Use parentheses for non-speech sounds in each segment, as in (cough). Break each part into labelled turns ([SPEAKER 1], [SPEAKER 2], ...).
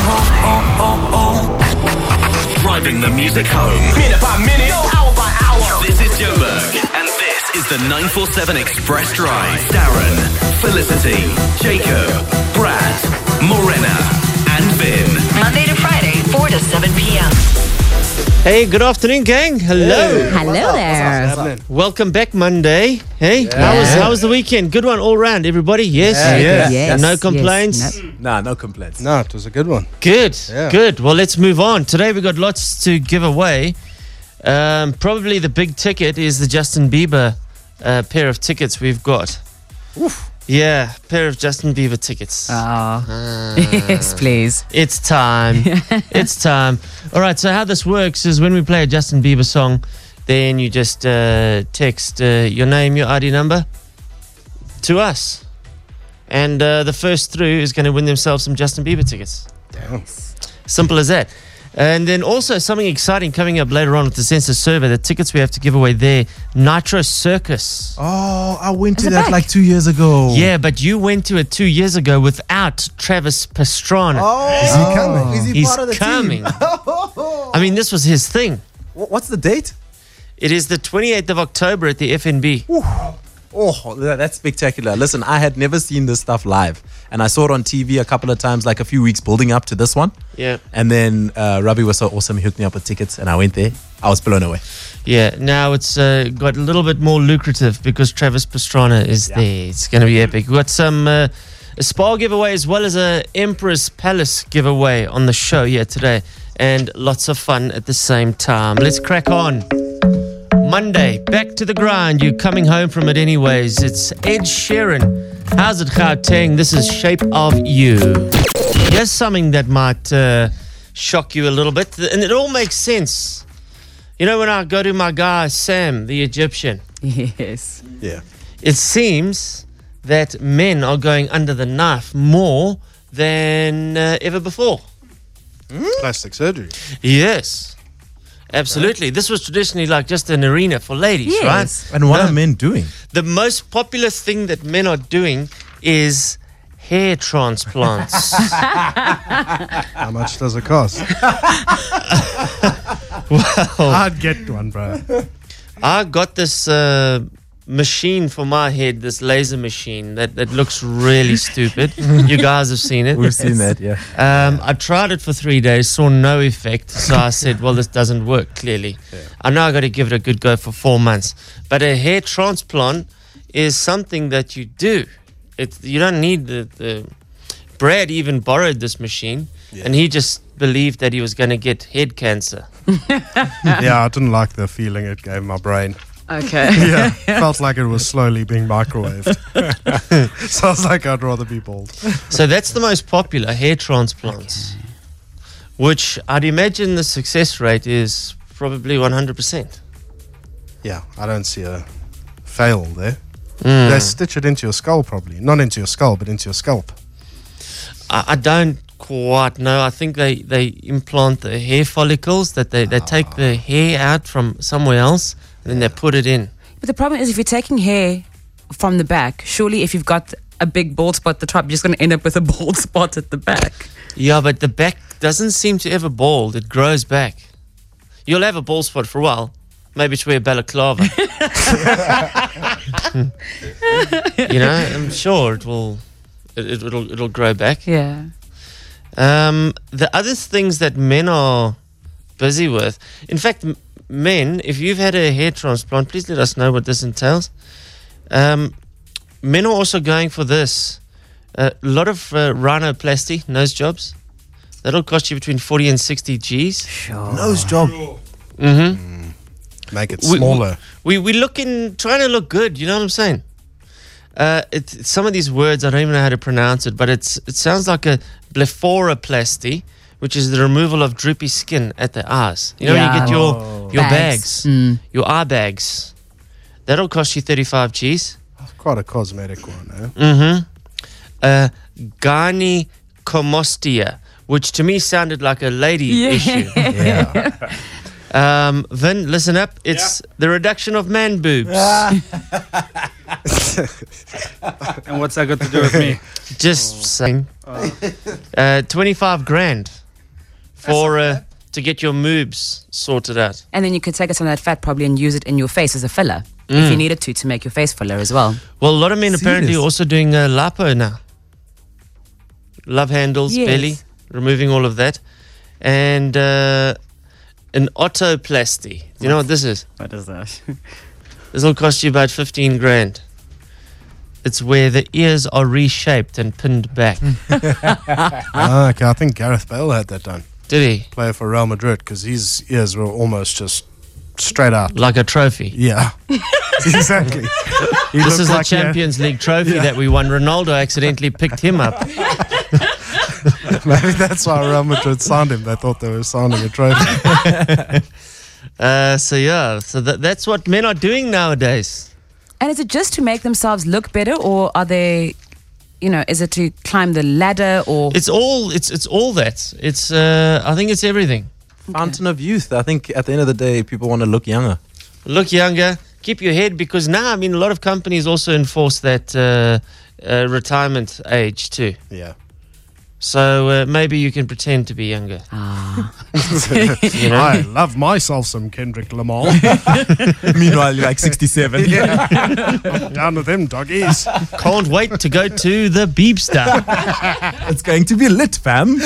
[SPEAKER 1] oh, oh, oh. Driving the music home.
[SPEAKER 2] Minute by minute, hour by hour.
[SPEAKER 1] This is Joe Berg, and this is the 947 Express Drive. Darren, Felicity, Jacob, Brad, Morena, and Vin.
[SPEAKER 3] Monday to Friday, 4 to 7 p.m.
[SPEAKER 4] Hey, good afternoon, gang. Hello.
[SPEAKER 5] Hello there.
[SPEAKER 6] happening?
[SPEAKER 4] Welcome back, Monday. Hey, how was how was the weekend? Good one all round, everybody. Yes.
[SPEAKER 6] Yeah.
[SPEAKER 5] Yes,
[SPEAKER 4] No
[SPEAKER 5] yes,
[SPEAKER 4] complaints.
[SPEAKER 5] no.
[SPEAKER 6] Nah, no complaints.
[SPEAKER 7] No, it was a good one.
[SPEAKER 4] Good.
[SPEAKER 7] Yeah.
[SPEAKER 4] Good. Well, let's move on. Today we got lots to give away. Um, probably the big ticket is the Justin Bieber uh, pair of tickets we've got. Yeah, pair of Justin Bieber tickets.
[SPEAKER 5] Oh. yes, please.
[SPEAKER 4] Ah. It's
[SPEAKER 5] (laughs)
[SPEAKER 4] time. it's time. All right. So how this works is when we play a Justin Bieber song, then you just uh, text uh, your name, your ID number, to us, and uh, the first through is going to win themselves some Justin Bieber tickets. Simple as that. And then also something exciting coming up later on with the census survey. The tickets we have to give away there, Nitro Circus.
[SPEAKER 6] Oh, I went to
[SPEAKER 5] it
[SPEAKER 6] that
[SPEAKER 5] back?
[SPEAKER 6] like two years ago.
[SPEAKER 4] Yeah, but you went to it two years ago without Travis Pastrana.
[SPEAKER 6] Oh, is he coming? Is he
[SPEAKER 4] He's
[SPEAKER 6] part of the
[SPEAKER 4] coming.
[SPEAKER 6] team?
[SPEAKER 4] (laughs) I mean, this was his thing.
[SPEAKER 6] Wh- What's the date?
[SPEAKER 4] It is the 28th of October at the FNB.
[SPEAKER 6] Oh, tha- that's spectacular. Listen, I had never seen this stuff live. And I saw it on TV a couple of times, like a few weeks building up to this one.
[SPEAKER 4] Yeah.
[SPEAKER 6] And then uh, Robbie was so awesome. He hooked me up with tickets and I went there. I was blown away.
[SPEAKER 4] Yeah, now it's uh, got a little bit more lucrative because Travis Pastrana is there. It's going to be epic. We've got some uh, a spa giveaway as well as a Emperor's Palace giveaway on the show here today. And lots of fun at the same time. Let's crack on. Monday, back to the grind. You're coming home from it anyways. It's Ed Sheeran. How's it, Gauteng? This is Shape of You. Here's something that might uh, shock you a little bit, and it all makes sense. You know, when I go to my guy Sam, the Egyptian,
[SPEAKER 5] Yes.
[SPEAKER 6] Yeah.
[SPEAKER 4] it seems that men are going under the knife more than uh, ever before.
[SPEAKER 7] Plastic surgery.
[SPEAKER 4] Yes, absolutely. This was traditionally like just an arena for ladies,
[SPEAKER 5] Yes.
[SPEAKER 4] right?
[SPEAKER 6] And what
[SPEAKER 4] No.
[SPEAKER 6] are men doing?
[SPEAKER 4] the most popular thing that men are doing is hair transplants.
[SPEAKER 7] How much does it cost? (laughs)
[SPEAKER 4] (laughs)
[SPEAKER 7] I'd get one, bro.
[SPEAKER 4] I got this uh, machine for my head, this laser machine that, that looks really stupid. you guys have seen it.
[SPEAKER 6] We've seen that, yeah.
[SPEAKER 4] Um, I tried it for three days, saw no effect. So I said, well, this doesn't work, clearly. I know i got to give it a good go for four months. But a hair transplant is something that you do. It's, you don't need the, the. Brad even borrowed this machine, and he just believed that he was going to get head cancer.
[SPEAKER 7] yeah, I didn't like the feeling it gave my brain.
[SPEAKER 5] Okay.
[SPEAKER 7] (laughs)
[SPEAKER 4] (laughs)
[SPEAKER 5] (laughs)
[SPEAKER 7] Yeah, felt like it was slowly being microwaved. (laughs) so I was like, I'd rather be bald.
[SPEAKER 4] So that's the most popular hair transplants, which I'd imagine the success rate is probably 100%.
[SPEAKER 7] Yeah, I don't see a fail there.
[SPEAKER 4] Hmm.
[SPEAKER 7] They stitch it into your skull, probably. Not into your skull, but into your scalp.
[SPEAKER 4] I, I don't quite know. I think they, they implant the hair follicles, that they, they take the
[SPEAKER 5] Ah.
[SPEAKER 4] hair out from somewhere else and then they put it in.
[SPEAKER 5] But the problem is, if you're taking hair from the back, surely if you've got a big bald spot at the top, you're just going to end up with a bald (laughs) spot at the back.
[SPEAKER 4] Yeah, but the back doesn't seem to ever bald, it grows back. You'll have a bald spot for a while. Maybe it's wear a balaclava.
[SPEAKER 5] (laughs)
[SPEAKER 4] (laughs) you know, I'm sure it will. It, it'll it'll grow back.
[SPEAKER 5] Yeah.
[SPEAKER 4] Um, the other things that men are busy with, in fact, m- men, if you've had a hair transplant, please let us know what this entails. Um, men are also going for this. A lot of uh, rhinoplasty, nose jobs. That'll cost you between 40 and 60 Gs.
[SPEAKER 6] Nose job.
[SPEAKER 4] Mm-hmm.
[SPEAKER 7] Mm. Make it
[SPEAKER 4] We- we-
[SPEAKER 7] smaller.
[SPEAKER 4] We, we looking, trying to look good, you know what I'm saying? Uh, it, it's some of these words, I don't even know how to pronounce it, but it's it sounds like a blepharoplasty, which is the removal of droopy skin at the eyes. You know, when you
[SPEAKER 5] Yeah. Oh.
[SPEAKER 4] get your, your bags,
[SPEAKER 5] Bags. Mm.
[SPEAKER 4] your eye bags. That'll cost you 35 Gs.
[SPEAKER 7] Quite a
[SPEAKER 4] (laughs)
[SPEAKER 7] cosmetic one, eh?
[SPEAKER 4] Mm-hmm. Uh, gynecomastia, which to me sounded like a lady issue.
[SPEAKER 6] Yeah.
[SPEAKER 4] Um, Vin, listen up. It's the reduction of man boobs. (laughs)
[SPEAKER 8] And
[SPEAKER 4] (laughs)
[SPEAKER 8] what's that got to do with me?
[SPEAKER 4] Just saying. Uh, 25 grand. for uh, to get your moobs sorted out.
[SPEAKER 5] And then you could take some of that fat probably and use it in your face as a filler if you needed to to make your face fuller as well.
[SPEAKER 4] Well, a lot of men apparently
[SPEAKER 6] Serious?
[SPEAKER 4] also doing uh, lipo now. Love handles,
[SPEAKER 5] Yes.
[SPEAKER 4] belly, removing all of that, and uh, an otoplasty. You know what this is?
[SPEAKER 8] What is that? (laughs)
[SPEAKER 4] This will cost you about fifteen grand. It's where the ears are reshaped and
[SPEAKER 8] (laughs)
[SPEAKER 4] pinned back.
[SPEAKER 7] Ah, okay. I think Gareth Bale had that done.
[SPEAKER 4] Did he?
[SPEAKER 7] Player for Real Madrid because his
[SPEAKER 8] (laughs)
[SPEAKER 7] ears were almost just straight out.
[SPEAKER 4] Like a trophy.
[SPEAKER 7] Yeah. (laughs) exactly. (laughs) He
[SPEAKER 4] This
[SPEAKER 7] looked
[SPEAKER 4] is
[SPEAKER 7] like
[SPEAKER 4] a
[SPEAKER 7] he had-
[SPEAKER 4] Champions League trophy that we won. Ronaldo accidentally picked him up.
[SPEAKER 7] Maybe that's why Real Madrid signed him. They thought they were signing a trophy.
[SPEAKER 4] (laughs) Uh, so yeah, so that, that's what men are doing nowadays.
[SPEAKER 5] And is it just to make themselves look better or are they, you know, is it to climb the ladder (laughs) or.
[SPEAKER 4] It's all it's it's all that. It's uh, I think it's everything.
[SPEAKER 6] Fountain of youth. I think at the end of the day, people want to look younger.
[SPEAKER 4] Look younger, keep your head because now I mean a lot of companies also enforce that uh, uh, retirement age too.
[SPEAKER 7] yeah.
[SPEAKER 4] So uh, maybe you can pretend to be younger. (laughs)
[SPEAKER 7] I love myself some Kendrick
[SPEAKER 4] (laughs)
[SPEAKER 7] Lamar.
[SPEAKER 6] (laughs) Meanwhile, you're like 67. (laughs)
[SPEAKER 7] Down with him, doggies.
[SPEAKER 4] Can't wait to go to the Beebster.
[SPEAKER 6] (laughs) It's going to be lit,
[SPEAKER 7] (laughs)
[SPEAKER 6] fam.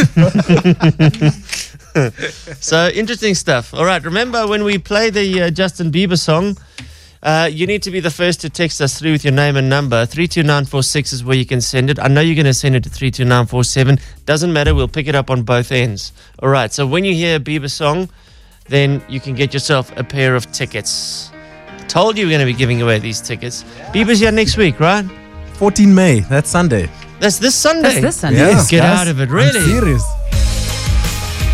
[SPEAKER 4] (laughs) so interesting stuff. All right, remember when we play the uh, Justin Bieber song? Uh, you need to be the first to text us through with your name and number. 32946 is where you can send it. I know you're going to send it to 32947. Doesn't matter, we'll pick it up on both ends. All right, so when you hear a Bieber song, then you can get yourself a pair of tickets. Told you we're going to be giving away these tickets. (laughs) Bieber's here next week, right?
[SPEAKER 6] 14 May. That's Sunday.
[SPEAKER 4] That's this
[SPEAKER 5] That's
[SPEAKER 4] Sunday.
[SPEAKER 5] this Sunday.
[SPEAKER 6] Yes,
[SPEAKER 4] Get
[SPEAKER 6] guys.
[SPEAKER 4] out of it,
[SPEAKER 6] I'm
[SPEAKER 4] really?
[SPEAKER 6] serious.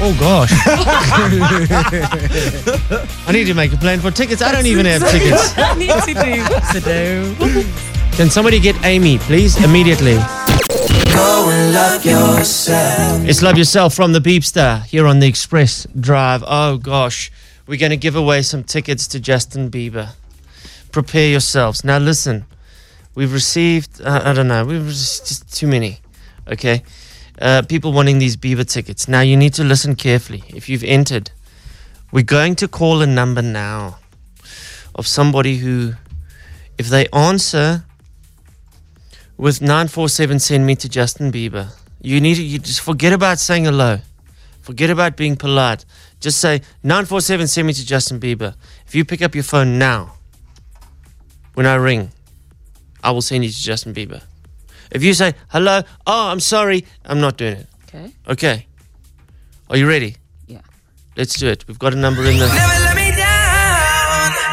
[SPEAKER 4] Oh gosh. I need to make a plan for tickets. (laughs) I don't even have
[SPEAKER 5] (laughs)
[SPEAKER 4] tickets.
[SPEAKER 5] I need to do.
[SPEAKER 4] Can somebody get Amy, please, immediately? It's Love Yourself from the Beepster here on the Express Drive. Oh gosh, we're going to give away some tickets to Justin Bieber. Prepare yourselves. Now listen, we've received, uh, I don't know, we've received just too many, okay? Uh, people wanting these Bieber tickets. Now you need to listen carefully if you've entered. We're going to call a number now of somebody who, if they answer with 947, send me to Justin Bieber. You need to you just forget about saying hello. Forget about being polite. Just say 947 send me to Justin Bieber. If you pick up your phone now, when I ring, I will send you to Justin Bieber. If you say hello, oh I'm sorry, I'm not doing it.
[SPEAKER 5] Okay.
[SPEAKER 4] Okay. Are you ready?
[SPEAKER 5] Yeah.
[SPEAKER 4] Let's do it. We've got a number in the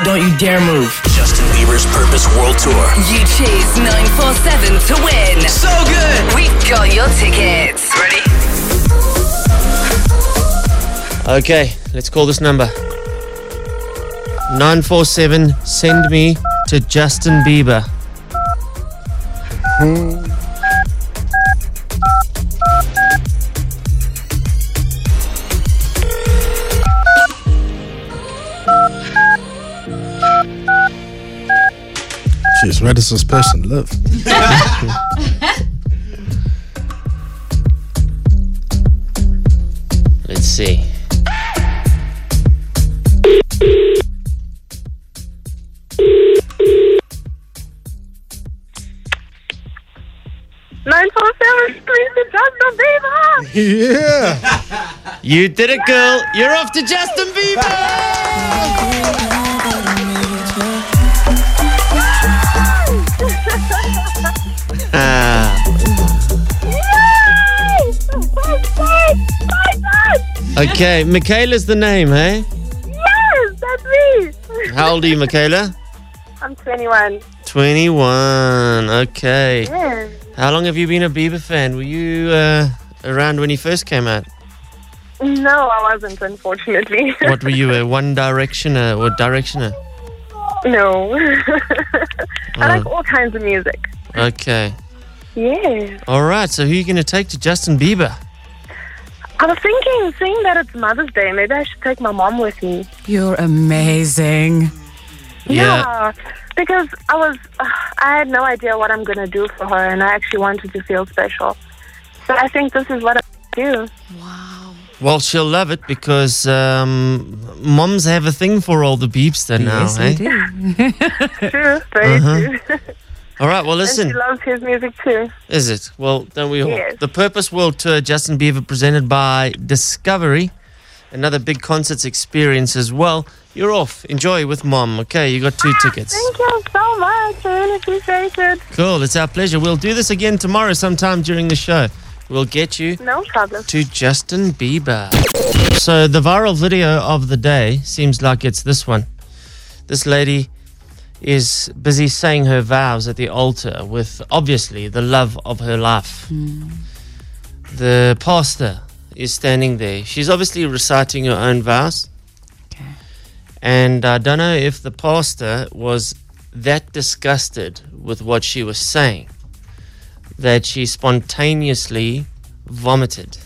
[SPEAKER 3] Don't you dare move.
[SPEAKER 1] Justin Bieber's Purpose World Tour.
[SPEAKER 3] You choose 947 to win.
[SPEAKER 1] So good.
[SPEAKER 3] We got your tickets. Ready?
[SPEAKER 4] Okay, let's call this number. 947 send me to Justin Bieber.
[SPEAKER 7] Jeez, where does this person (laughs) live?
[SPEAKER 4] Let's see.
[SPEAKER 9] Nine four seven three to Justin Bieber.
[SPEAKER 7] Yeah.
[SPEAKER 4] (laughs) You did it, girl. You're off to Justin Bieber. Ah,
[SPEAKER 9] Yay! Bye, bye, bye.
[SPEAKER 4] okay, (laughs) Michaela's the name, hey?
[SPEAKER 9] Yes, that's me.
[SPEAKER 4] How old are you, Michaela?
[SPEAKER 9] (laughs) I'm 21.
[SPEAKER 4] 21. Okay.
[SPEAKER 9] Yeah.
[SPEAKER 4] How long have you been a Bieber fan? Were you uh, around when he first came out?
[SPEAKER 9] No, I wasn't, unfortunately. (laughs)
[SPEAKER 4] What were you, a One Directioner or Directioner?
[SPEAKER 9] no.
[SPEAKER 4] (laughs)
[SPEAKER 9] I like
[SPEAKER 4] Oh.
[SPEAKER 9] all kinds of music.
[SPEAKER 4] Okay.
[SPEAKER 9] Yes.
[SPEAKER 4] All right, so who are you going to take to Justin Bieber?
[SPEAKER 9] I was thinking, seeing that it's Mother's Day, maybe I should take my mom with me.
[SPEAKER 5] You're amazing.
[SPEAKER 9] Because I was, (sighs) uh, I had no idea what I'm going to do for her, and I actually wanted to feel special. So I think this is what I do.
[SPEAKER 5] Wow.
[SPEAKER 4] Well, she'll love it because um, moms have a thing for all the beepster now.
[SPEAKER 5] yes,
[SPEAKER 4] eh?
[SPEAKER 5] we do.
[SPEAKER 9] (laughs) True, very true.
[SPEAKER 4] All right. Uh-huh. Well,
[SPEAKER 9] and she
[SPEAKER 4] listen.
[SPEAKER 9] loves his music too.
[SPEAKER 4] Is it? Well, then we all.
[SPEAKER 9] Yes.
[SPEAKER 4] The Purpose World Tour, Justin Bieber, presented by Discovery. Another big concerts experience as well. You're off. Enjoy with mom. Okay, you got two tickets.
[SPEAKER 9] Ah, Thank you so much. I really appreciate it.
[SPEAKER 4] Cool. It's our pleasure. We'll do this again tomorrow sometime during the show. We'll get you
[SPEAKER 9] No problem.
[SPEAKER 4] to Justin Bieber. So the viral video of the day seems like it's this one. This lady is busy saying her vows at the altar with obviously the love of her life. The pastor is standing there. She's obviously reciting her own vows.
[SPEAKER 5] Okay.
[SPEAKER 4] And I don't know if the pastor was that disgusted with what she was saying that she spontaneously vomited.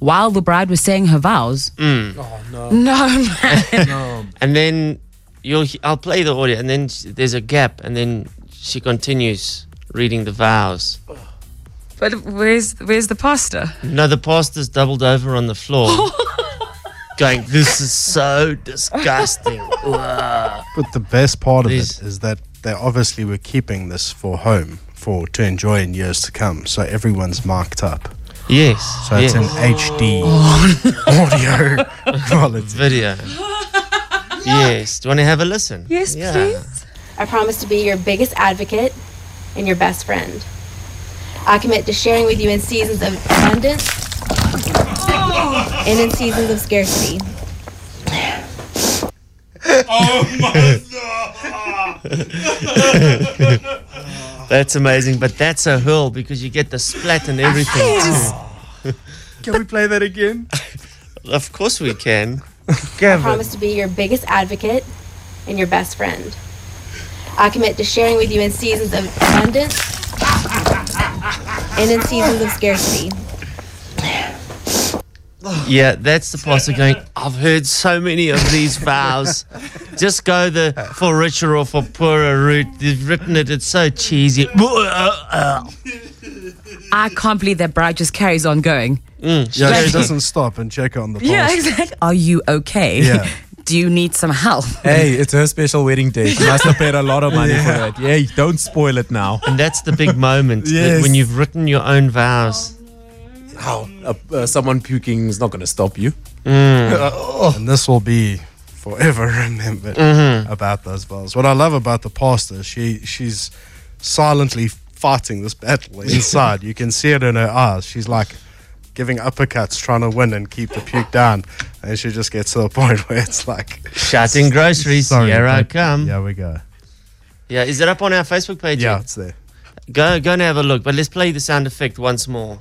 [SPEAKER 5] While the bride was saying her vows.
[SPEAKER 4] Mm.
[SPEAKER 7] Mm.
[SPEAKER 5] Oh, (laughs) no. (laughs)
[SPEAKER 4] (laughs)
[SPEAKER 5] No, man.
[SPEAKER 4] And then you'll he- I'll play the audio, and then s- there's a gap, and then she continues reading the vows.
[SPEAKER 5] but where's, where's the pasta?
[SPEAKER 4] No, the pastor's doubled over on the
[SPEAKER 5] (laughs)
[SPEAKER 4] floor, going, "This is so
[SPEAKER 5] (laughs)
[SPEAKER 4] disgusting."
[SPEAKER 7] But the best part of
[SPEAKER 4] Please.
[SPEAKER 7] it is that they obviously were keeping this for home for to enjoy in years to come. So everyone's marked up.
[SPEAKER 4] yes,
[SPEAKER 7] So
[SPEAKER 4] yes. Oh.
[SPEAKER 7] it's an HD
[SPEAKER 4] (laughs)
[SPEAKER 7] audio quality.
[SPEAKER 5] (laughs)
[SPEAKER 4] video. yes. Do you want to have a listen?
[SPEAKER 5] Yes,
[SPEAKER 4] Yeah.
[SPEAKER 5] please.
[SPEAKER 10] I promise to be your biggest advocate and your best friend. I commit to sharing with you in seasons of abundance and in seasons of scarcity.
[SPEAKER 4] Oh That's amazing, but that's a hurl because you get the splat and everything.
[SPEAKER 8] Can we play that again?
[SPEAKER 4] (laughs) Of course we can.
[SPEAKER 10] I promise to be your biggest advocate and your best friend. I commit to sharing with you in seasons of abundance and in seasons of scarcity.
[SPEAKER 4] Yeah, that's the pastor going, I've heard so many of these vows. Just go the for richer or for poorer route. They've written it, it's so cheesy.
[SPEAKER 5] I can't believe that bride just carries on going.
[SPEAKER 7] Yeah, she doesn't (laughs) stop and check on the past.
[SPEAKER 5] (laughs) Yeah, exactly. Are you okay?
[SPEAKER 7] Yeah.
[SPEAKER 5] (laughs) Do you need some help?
[SPEAKER 6] Hey, it's her special wedding day. She must have paid a lot of money for that. Yeah, don't spoil it now.
[SPEAKER 4] And that's the big moment that
[SPEAKER 6] Yes.
[SPEAKER 4] when you've written your own vows.
[SPEAKER 6] How? Uh, uh, someone puking is not going to stop you.
[SPEAKER 7] (laughs)
[SPEAKER 4] Mm.
[SPEAKER 7] Uh, oh. And this will be forever (laughs) remembered
[SPEAKER 4] Mm-hmm.
[SPEAKER 7] about those vows. What I love about the pastor, she she's silently fighting this
[SPEAKER 4] (laughs)
[SPEAKER 7] battle inside. you can see it in her eyes. She's like giving uppercuts, trying to win and keep the puke down. And she just gets to the (laughs) point where it's like
[SPEAKER 4] Shouting groceries,
[SPEAKER 7] Sorry,
[SPEAKER 4] here I
[SPEAKER 7] but-
[SPEAKER 4] come. Yeah.
[SPEAKER 7] Yeah, we go.
[SPEAKER 4] is that up on our Facebook page?
[SPEAKER 7] Yeah,
[SPEAKER 4] yet?
[SPEAKER 7] it's there.
[SPEAKER 4] Go, go and have a look, but let's play the sound effect once more.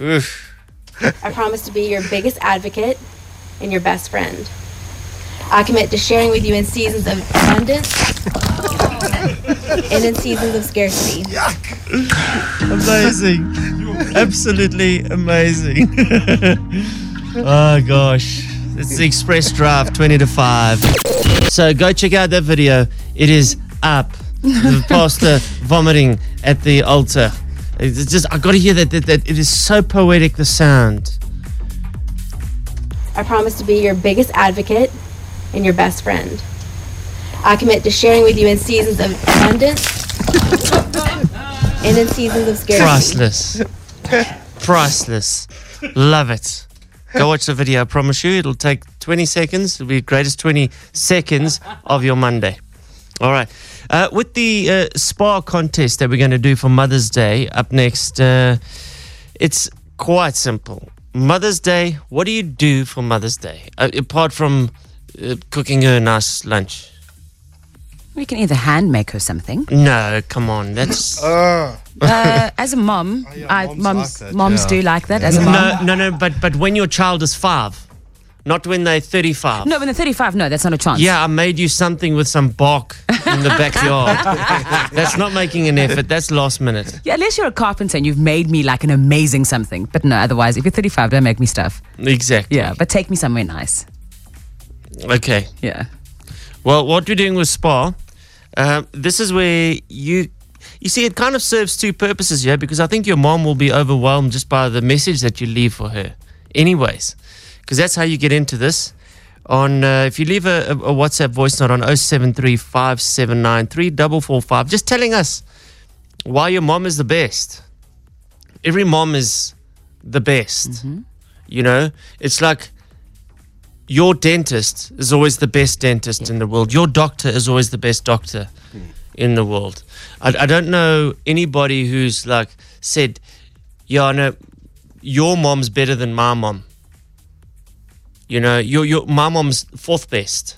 [SPEAKER 4] Oof.
[SPEAKER 10] I promise to be your biggest advocate and your best friend. I commit to sharing with you in seasons of abundance and in seasons of scarcity.
[SPEAKER 4] Amazing. Absolutely amazing. (laughs) oh, gosh. It's the express drive 20 to 5. So go check out that video. It is up. The pastor vomiting at the altar. It's just, I got to hear that, that, that. It is so poetic, the sound.
[SPEAKER 10] I promise to be your biggest advocate and your best friend. I commit to sharing with you in seasons of abundance and in seasons of scarcity.
[SPEAKER 4] Priceless. Priceless. Love it. Go watch the video. I promise you, it'll take 20 seconds. It'll be the greatest 20 seconds of your Monday. All right. Uh, with the uh, spa contest that we're going to do for Mother's Day up next, uh, it's quite simple. Mother's Day, what do you do for Mother's Day? Uh, apart from uh, cooking her a nice lunch.
[SPEAKER 5] We can either hand make her
[SPEAKER 7] (laughs)
[SPEAKER 5] something.
[SPEAKER 4] No, come on. That's.
[SPEAKER 5] Uh, as a mom, I,
[SPEAKER 7] Oh, moms
[SPEAKER 5] moms,
[SPEAKER 7] like that,
[SPEAKER 5] moms
[SPEAKER 7] yeah.
[SPEAKER 5] do like that. As a mom.
[SPEAKER 4] No, no, no. But but when your child is five, not when they're thirty-five.
[SPEAKER 5] No, when they're 35, no, that's not a chance.
[SPEAKER 4] Yeah, I made you something with some bark in
[SPEAKER 5] (laughs)
[SPEAKER 4] the backyard. that's not making an effort. That's last minute.
[SPEAKER 5] Yeah, unless you're a carpenter and you've made me like an amazing something. But no, otherwise, if you're 35, don't make me stuff.
[SPEAKER 4] Exactly.
[SPEAKER 5] Yeah, but take me somewhere nice.
[SPEAKER 4] Okay.
[SPEAKER 5] Yeah.
[SPEAKER 4] Well, what we're doing with spa, um, this is where you. You see, it kind of serves two purposes, yeah, because I think your mom will be overwhelmed just by the message that you leave for her. anyways, because that's how you get into this. On uh, if you leave a, a a WhatsApp voice note on 073 579 3445, just telling us why your mom is the best. Every mom is the best. You know, it's like your dentist is always the best dentist in the world. Your doctor is always the best doctor in the world. I, I don't know anybody who's like said, "Yeah, I know your mom's better than my mom." You know, your your my mom's fourth best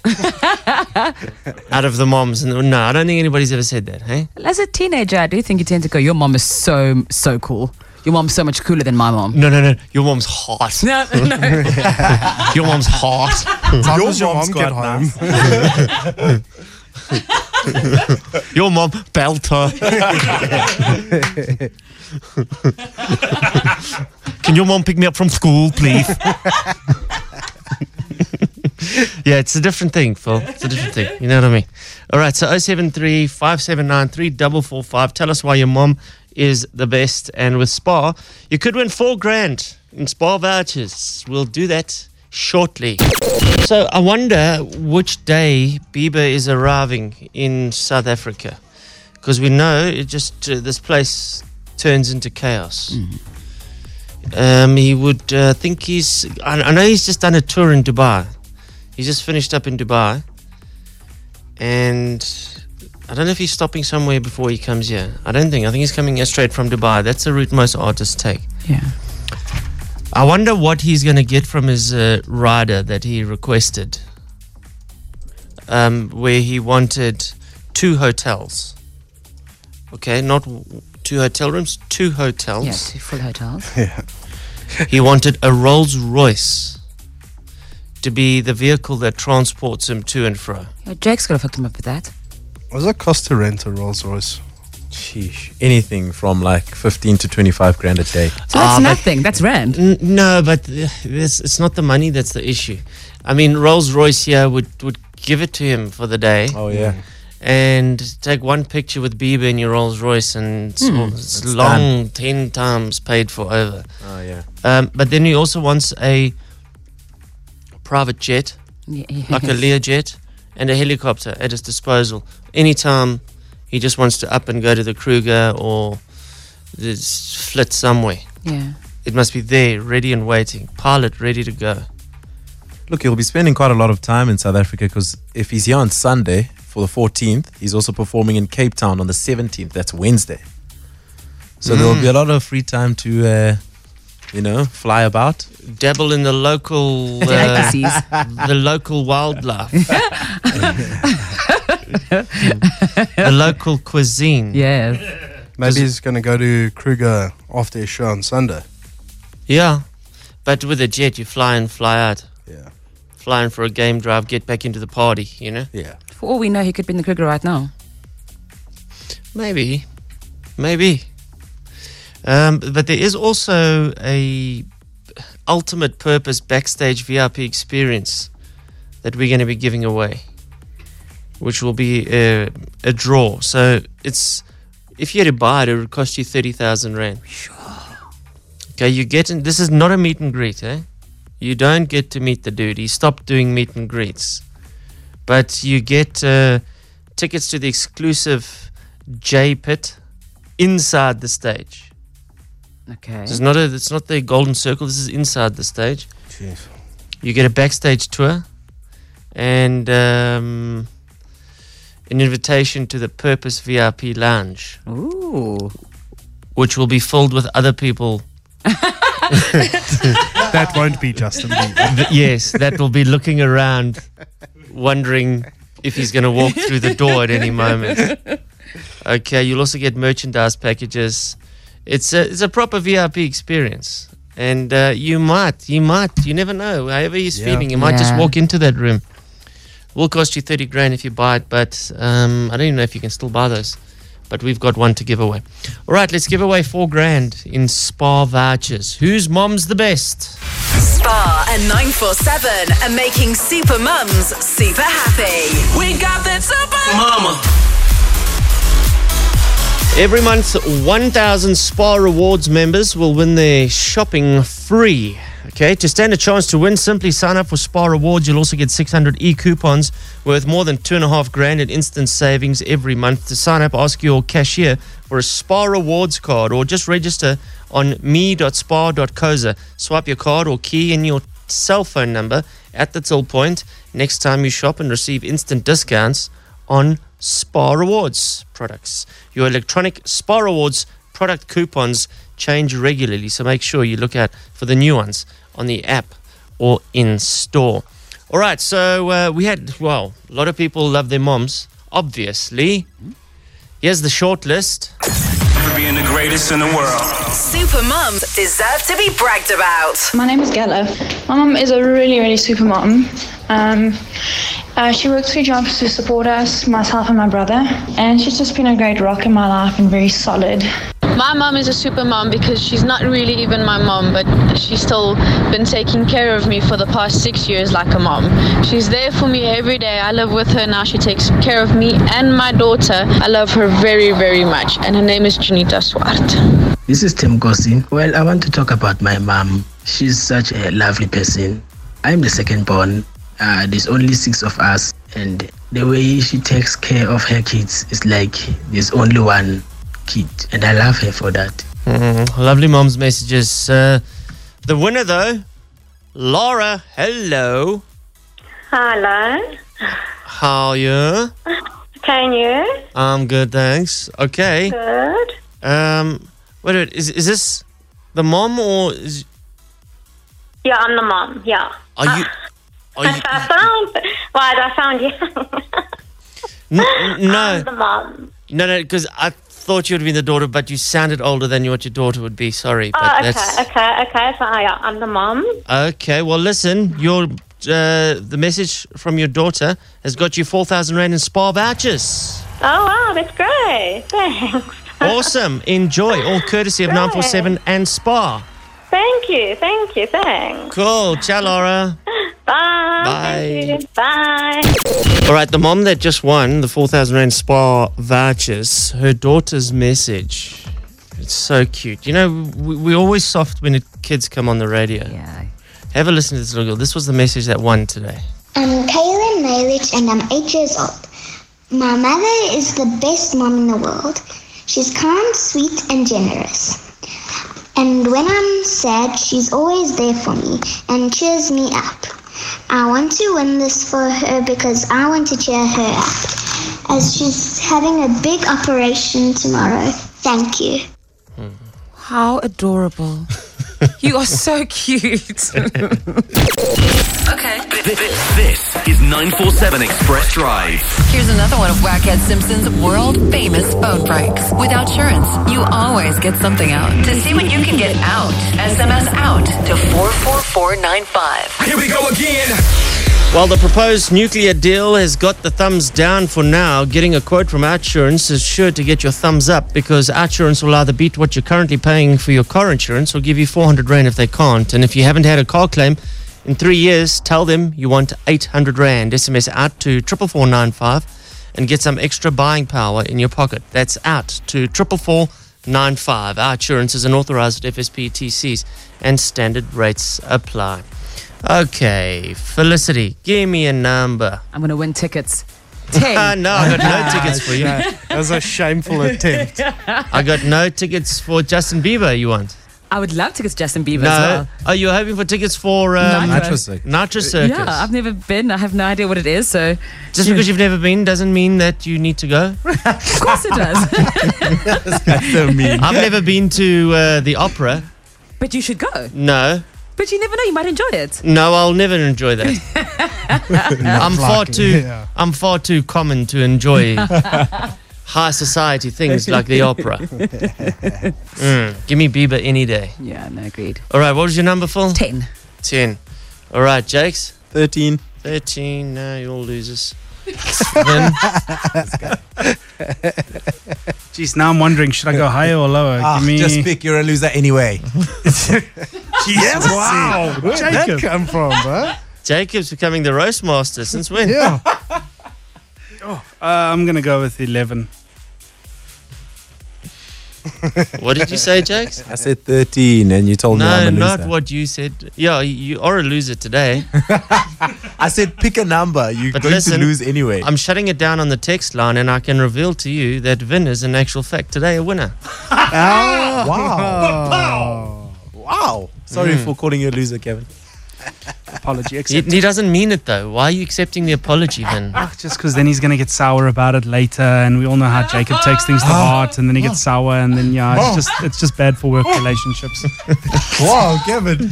[SPEAKER 4] out of the moms. And no, I don't think anybody's ever said that. Hey,
[SPEAKER 5] As a teenager, I do think you tend to go, your mom is so, so cool. Your mom's so much cooler than my mom.
[SPEAKER 4] No, no, no. Your mom's hot.
[SPEAKER 5] No, no.
[SPEAKER 4] (laughs) your mom's hot.
[SPEAKER 7] How does your mom get home?
[SPEAKER 4] Your mom belt her. Can your mom pick me up from school,
[SPEAKER 5] (laughs)
[SPEAKER 4] please? yeah, it's a different thing, Phil. It's a different thing. You know what I mean? All right, so 073 579 3445. Tell us why your mom is the best. And with Spa, you could win four grand in Spa vouchers. We'll do that shortly. So I wonder which day Bieber is arriving in South Africa. Because we know it just uh, this place turns into chaos. Um, he would uh, think he's. I, I know he's just done a tour in Dubai. He just finished up in Dubai, and I don't know if he's stopping somewhere before he comes here. I don't think. I think he's coming here straight from Dubai. That's the route most artists take.
[SPEAKER 5] Yeah.
[SPEAKER 4] I wonder what he's going to get from his uh, rider that he requested, um, where he wanted two hotels. Okay, not w- two hotel rooms, two hotels.
[SPEAKER 5] Yeah, two
[SPEAKER 7] (laughs)
[SPEAKER 5] full hotels.
[SPEAKER 4] (laughs) He wanted a Rolls Royce to be the vehicle that transports him to and fro.
[SPEAKER 5] Yeah, Uh, Jake's got to hook him up with that.
[SPEAKER 7] What does it cost to rent a Rolls Royce?
[SPEAKER 6] (laughs)
[SPEAKER 4] Mm.
[SPEAKER 6] Sheesh. Anything from like 15 to 25 grand a day.
[SPEAKER 5] So that's
[SPEAKER 4] Ah, but-
[SPEAKER 5] nothing. That's rand.
[SPEAKER 4] N- no, but uh, this, it's not the money that's the issue. I mean, Rolls Royce here would, would give it to him for the day
[SPEAKER 6] Oh, yeah.
[SPEAKER 4] and take one picture with Bieber in your Rolls Royce, and
[SPEAKER 5] Hmm.
[SPEAKER 4] it's, all- it's long, 10 times paid for over.
[SPEAKER 6] Oh, yeah.
[SPEAKER 4] Um, but then he also wants a private jet.
[SPEAKER 5] Yeah, yeah.
[SPEAKER 4] like a Learjet and a helicopter at his disposal anytime he just wants to up and go to the Kruger or this flit somewhere.
[SPEAKER 5] Yeah.
[SPEAKER 4] It must be there, ready and waiting, pilot ready to go.
[SPEAKER 6] Look, he'll be spending quite a lot of time in South Africa because if he's here on Sunday for the 14th, he's also performing in Cape Town on the 17th. That's Wednesday. So there'll
[SPEAKER 8] Hmm.
[SPEAKER 6] be a lot of free time to, uh, you know, fly about.
[SPEAKER 4] Dabble in
[SPEAKER 5] (laughs)
[SPEAKER 4] the local, uh,
[SPEAKER 5] Delicacies.
[SPEAKER 4] (laughs) the local
[SPEAKER 5] (laughs)
[SPEAKER 4] wildlife, the
[SPEAKER 5] (laughs)
[SPEAKER 4] local cuisine.
[SPEAKER 5] Yeah.
[SPEAKER 7] Maybe he's going to go to Kruger after his show on Sunday.
[SPEAKER 4] Yeah, but with a jet, you fly in, fly out.
[SPEAKER 7] Yeah.
[SPEAKER 4] Flying for a game drive, get back into the party. You know.
[SPEAKER 6] Yeah.
[SPEAKER 5] For all we know, he could be in the Kruger right now.
[SPEAKER 4] Maybe, maybe. Um, but there is also a ultimate purpose backstage VIP experience that we're going to be giving away, which will be a, a draw. So it's if you had to buy it, it would cost you thirty thousand rand. Sure. Okay, you get in. This is not a meet and greet, eh? You don't get to meet the dude. He stopped doing meet and greets, but you get uh, tickets to the exclusive J pit inside the stage.
[SPEAKER 5] Okay.
[SPEAKER 4] So it's not a, it's not the golden circle. This is inside the stage. You get a backstage tour, and um, an invitation to the Purpose VIP Lounge,
[SPEAKER 5] Ooh.
[SPEAKER 4] which will be filled with other people.
[SPEAKER 7] That won't be Justin Bieber.
[SPEAKER 4] Th- yes, that will be looking around, wondering if he's going to walk through the door at any moment. Okay, you'll also get merchandise packages. It's a it's a proper VIP experience, and uh, you might you might you never know. However he's feeling, you might just
[SPEAKER 5] Yeah.
[SPEAKER 4] walk into that room. Will cost you thirty grand if you buy it, but um, I don't even know if you can still buy those. But we've got one to give away. All right, let's give away four grand in spa vouchers. Whose mom's the best?
[SPEAKER 3] Spa and 947 are making super mums super happy. We got that super mama.
[SPEAKER 4] Every month, 1,000 Spa Rewards members will win their shopping free. Okay, to stand a chance to win, simply sign up for Spa Rewards. You'll also get 600 e coupons worth more than two and a half grand in instant savings every month. To sign up, ask your cashier for a Spa Rewards card or just register on me.spa.coza. Swipe your card or key in your cell phone number at the till point next time you shop and receive instant discounts on Spa Rewards products. Your electronic Spa Rewards product coupons change regularly, so make sure you look out for the new ones on the app or in store. All right, so uh, we had, well, a lot of people love their moms, obviously. Here's the short list. (laughs)
[SPEAKER 2] For being the greatest in the world.
[SPEAKER 3] Super mums deserve to be bragged about.
[SPEAKER 11] My name is Gella. My mum is a really, really super mum. Um, uh, she works two jobs to support us, myself and my brother, and she's just been a great rock in my life and very solid.
[SPEAKER 12] My mum is a super mum because she's not really even my mum, but she's still been taking care of me for the past six years like a mum. She's there for me every day. I live with her now. She takes care of me and my daughter. I love her very, very much, and her name is Junita Swart.
[SPEAKER 13] This is Tim Gosin. Well, I want to talk about my mom. She's such a lovely person. I'm the second born. Uh, there's only six of us, and the way she takes care of her kids is like there's only one kid, and I love her for that.
[SPEAKER 4] Mhm. Lovely mom's messages. Uh, the winner, though, Laura, hello.
[SPEAKER 14] Hello.
[SPEAKER 4] How are you?
[SPEAKER 14] Can you?
[SPEAKER 4] I'm good, thanks. Okay.
[SPEAKER 14] Good.
[SPEAKER 4] Um, wait a minute. Is, is this the mom or is,
[SPEAKER 14] Yeah, I'm the mom. Yeah.
[SPEAKER 4] are you? Are you
[SPEAKER 14] I found. Why I found
[SPEAKER 4] Oh.
[SPEAKER 14] you?
[SPEAKER 4] n- no,
[SPEAKER 14] I'm um, the mom.
[SPEAKER 4] no, no. Because I thought you would be the daughter, but you sounded older than what your daughter would be. Sorry, but
[SPEAKER 14] Oh,
[SPEAKER 4] that's
[SPEAKER 14] okay, okay, okay. So, oh, yeah, I'm the mom.
[SPEAKER 4] Okay, well, listen, your uh, the message from your daughter has got you 4,000 Rand in spa vouchers.
[SPEAKER 14] Oh wow, that's great. Thanks.
[SPEAKER 4] Awesome. Enjoy.
[SPEAKER 14] (laughs)
[SPEAKER 4] All courtesy of 947 and spa.
[SPEAKER 14] Thank you. Thank you. Thanks.
[SPEAKER 4] Cool. Ciao, Laura.
[SPEAKER 14] Bye.
[SPEAKER 4] Bye.
[SPEAKER 14] Thank you. Bye.
[SPEAKER 4] All right, the mom that just won the 4,000 Rand spa vouchers, her daughter's message. It's so cute. You know, we, we always soft when it, kids come on the radio. Yeah. Have a listen to this little girl. This was the message that won today.
[SPEAKER 15] I'm Kaylin Malich and I'm eight years old. My mother is the best mom in the world. She's kind, sweet, and generous. And when I'm sad, she's always there for me and cheers me up. I want to win this for her because I want to cheer her up as she's having a big operation tomorrow. Thank you.
[SPEAKER 5] How adorable. (laughs) you are so cute.
[SPEAKER 1] Okay. This, (laughs) this is 947 Express Drive.
[SPEAKER 16] Here's another one of Wackhead Simpson's world famous phone pranks. With Outsurance, you always get something out. To see what you can get out, SMS out to 44495. Here we go again.
[SPEAKER 4] While the proposed nuclear deal has got the thumbs down for now, getting a quote from Outsurance is sure to get your thumbs up because Outsurance will either beat what you're currently paying for your car insurance or give you 400 Rand if they can't. And if you haven't had a car claim in three years, tell them you want 800 Rand. SMS out to 44495 and get some extra buying power in your pocket. That's out to 44495. Outsurance is an authorized FSP TCs and standard rates apply. Okay, Felicity, give me a number.
[SPEAKER 5] I'm
[SPEAKER 4] (laughs)
[SPEAKER 5] going to win tickets.
[SPEAKER 4] no, I
[SPEAKER 5] (laughs)
[SPEAKER 4] got no tickets for you.
[SPEAKER 5] No, that was a
[SPEAKER 4] shameful
[SPEAKER 5] (laughs)
[SPEAKER 4] attempt. I got no tickets for Justin Bieber. You want?
[SPEAKER 5] I would love tickets to Justin Bieber
[SPEAKER 4] no.
[SPEAKER 5] as well.
[SPEAKER 4] Oh, you were hoping for tickets for um,
[SPEAKER 5] Nitro. Nitro Circus.
[SPEAKER 4] Nitro Circus.
[SPEAKER 5] Yeah, I've never been. I have no idea what it is. So
[SPEAKER 4] Just because you've never been doesn't mean that you need to go.
[SPEAKER 5] (laughs) of course it does. (laughs)
[SPEAKER 4] I've never been to uh, the opera.
[SPEAKER 5] but you should go.
[SPEAKER 4] No,
[SPEAKER 5] But you never know. You might enjoy it.
[SPEAKER 4] no, I'll never enjoy that. I'm far
[SPEAKER 5] Like,
[SPEAKER 4] too,
[SPEAKER 5] yeah.
[SPEAKER 4] I'm far too common to enjoy high society things like the opera. Mm, give me Bieber any day.
[SPEAKER 5] Yeah, no, agreed.
[SPEAKER 4] All right, what was your number, Phil?
[SPEAKER 5] 10.
[SPEAKER 4] 10. All right, Jake's? 13. 13. No, you're all losers. (laughs) then,
[SPEAKER 8] Jeez, now I'm wondering, should I go higher or lower?
[SPEAKER 6] (laughs) Ah,
[SPEAKER 8] Give me...
[SPEAKER 6] just pick. You're a loser anyway.
[SPEAKER 8] Yes, wow.
[SPEAKER 7] Where did that come from, bro?
[SPEAKER 4] Jacob's becoming the roast master since when?
[SPEAKER 7] Yeah.
[SPEAKER 8] Uh, I'm going to go with 11.
[SPEAKER 4] (laughs) What did you say, Jakes?
[SPEAKER 6] I said 13, and you told me Oh, I'm
[SPEAKER 4] No,
[SPEAKER 6] a loser.
[SPEAKER 4] not what you said. Yeah, you are a loser today.
[SPEAKER 6] (laughs) I said pick a number. You're
[SPEAKER 4] But
[SPEAKER 6] going to
[SPEAKER 4] listen,
[SPEAKER 6] lose anyway.
[SPEAKER 4] I'm shutting it down on the text line, and I can reveal to you that Vin is, in actual fact, today a winner.
[SPEAKER 8] Oh.
[SPEAKER 6] wow. wow. Sorry
[SPEAKER 4] Mm.
[SPEAKER 6] for calling you a loser, Kevin. (laughs)
[SPEAKER 8] Apology
[SPEAKER 4] He,
[SPEAKER 8] accepted.
[SPEAKER 4] he doesn't mean it though. Why are you accepting the apology, Vin?
[SPEAKER 8] Ah, Just because then he's going to get sour about it later, and we all know how Jacob takes things to heart, and then he gets sour, and then yeah, it's just it's just bad for work relationships.
[SPEAKER 6] (laughs) wow, Kevin.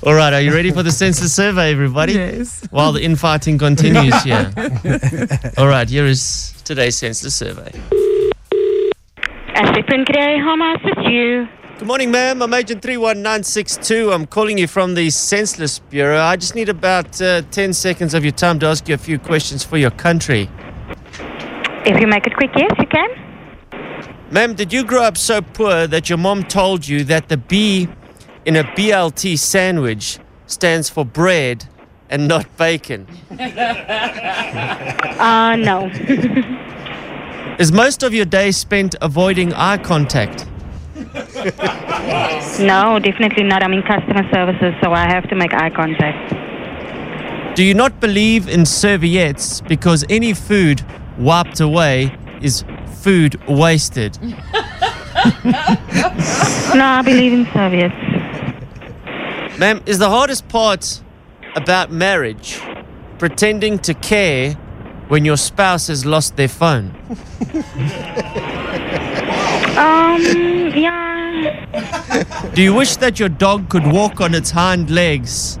[SPEAKER 4] (laughs) All right, are you ready for the census survey, everybody?
[SPEAKER 5] Yes.
[SPEAKER 4] While the infighting continues here. All right, here is today's census survey.
[SPEAKER 14] you.
[SPEAKER 4] Good morning, ma'am. I'm Agent 31962. I'm calling you from the Senseless Bureau. I just need about uh, 10 seconds of your time to ask you a few questions for your country.
[SPEAKER 14] If you make it quick, yes, you can.
[SPEAKER 4] Ma'am, did you grow up so poor that your mom told you that the B in a BLT sandwich stands for bread and not bacon?
[SPEAKER 14] (laughs) Uh, no.
[SPEAKER 4] Is most of your day spent avoiding eye contact?
[SPEAKER 14] no, definitely not. I'm in customer services, so I have to make eye contact.
[SPEAKER 4] Do you not believe in serviettes because any food wiped away is food wasted?
[SPEAKER 14] No, I believe in serviettes.
[SPEAKER 4] Ma'am, is the hardest part about marriage pretending to care when your spouse has lost their phone?
[SPEAKER 14] Um, yeah.
[SPEAKER 4] Do you wish that your dog could walk on its hind legs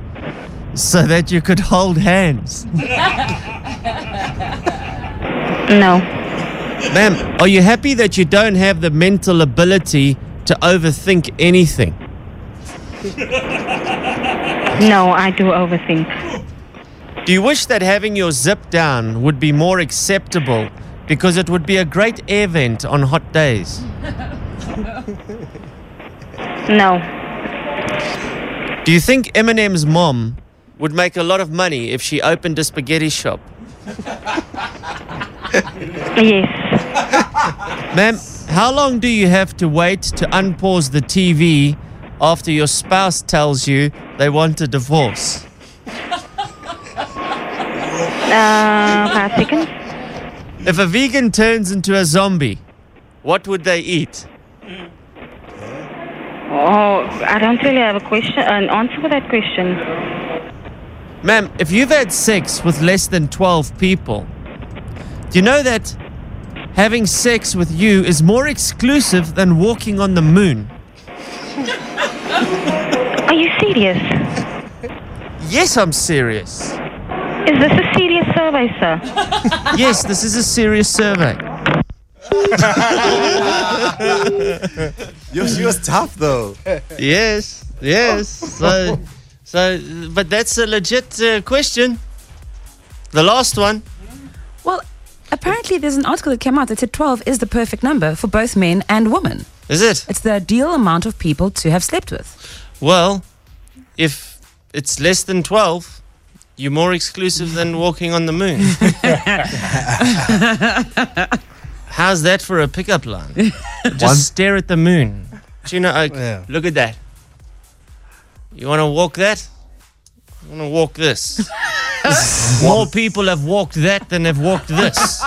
[SPEAKER 4] so that you could hold hands?
[SPEAKER 14] No.
[SPEAKER 4] Ma'am, are you happy that you don't have the mental ability to overthink anything?
[SPEAKER 14] No, I do overthink.
[SPEAKER 4] Do you wish that having your zip down would be more acceptable because it would be a great air vent on hot days?
[SPEAKER 14] No.
[SPEAKER 4] Do you think Eminem's mom would make a lot of money if she opened a spaghetti shop?
[SPEAKER 14] Yes.
[SPEAKER 4] Ma'am, how long do you have to wait to unpause the TV after your spouse tells you they want a divorce?
[SPEAKER 14] Uh, five seconds.
[SPEAKER 4] If a vegan turns into a zombie, what would they eat?
[SPEAKER 14] Oh, I don't really have a question, an answer for that question.
[SPEAKER 4] Ma'am, if you've had sex with less than 12 people, do you know that having sex with you is more exclusive than walking on the moon?
[SPEAKER 14] Are you
[SPEAKER 16] (laughs)
[SPEAKER 14] serious?
[SPEAKER 4] Yes, I'm serious.
[SPEAKER 14] Is this a serious survey, sir?
[SPEAKER 4] (laughs) Yes, this is a serious survey.
[SPEAKER 6] Yours, yours tough though.
[SPEAKER 4] (laughs) Yes, yes. So, so, but that's a legit uh, question. The last one.
[SPEAKER 5] (laughs) Well, apparently there's an article that came out that said 12 is the perfect number for both men and women.
[SPEAKER 4] Is it?
[SPEAKER 5] It's the ideal amount of people to have slept with.
[SPEAKER 4] Well, if it's less than 12, you're more exclusive than walking on the moon. How's that for a pickup line? Just
[SPEAKER 8] One-
[SPEAKER 4] stare at the moon. Do you know, like, look at that. You want to walk that? You want to walk this? More people have walked that than have walked this.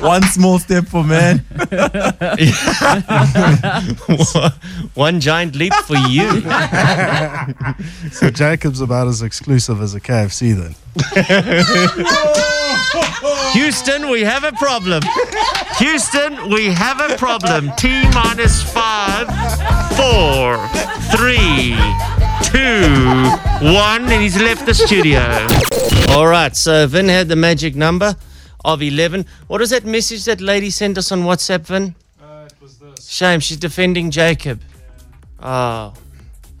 [SPEAKER 6] One small step for man.
[SPEAKER 4] (laughs) One giant leap for you.
[SPEAKER 7] (laughs) So Jacob's about as exclusive as a KFC then.
[SPEAKER 4] (laughs) Houston, we have a problem. Houston, we have a problem. T minus five, four, three, two, one, and he's left the studio. All right, so Vin had the magic number of 11. What was that message that lady sent us on WhatsApp, Vin? Uh, it was this. Shame, she's defending Jacob. Oh,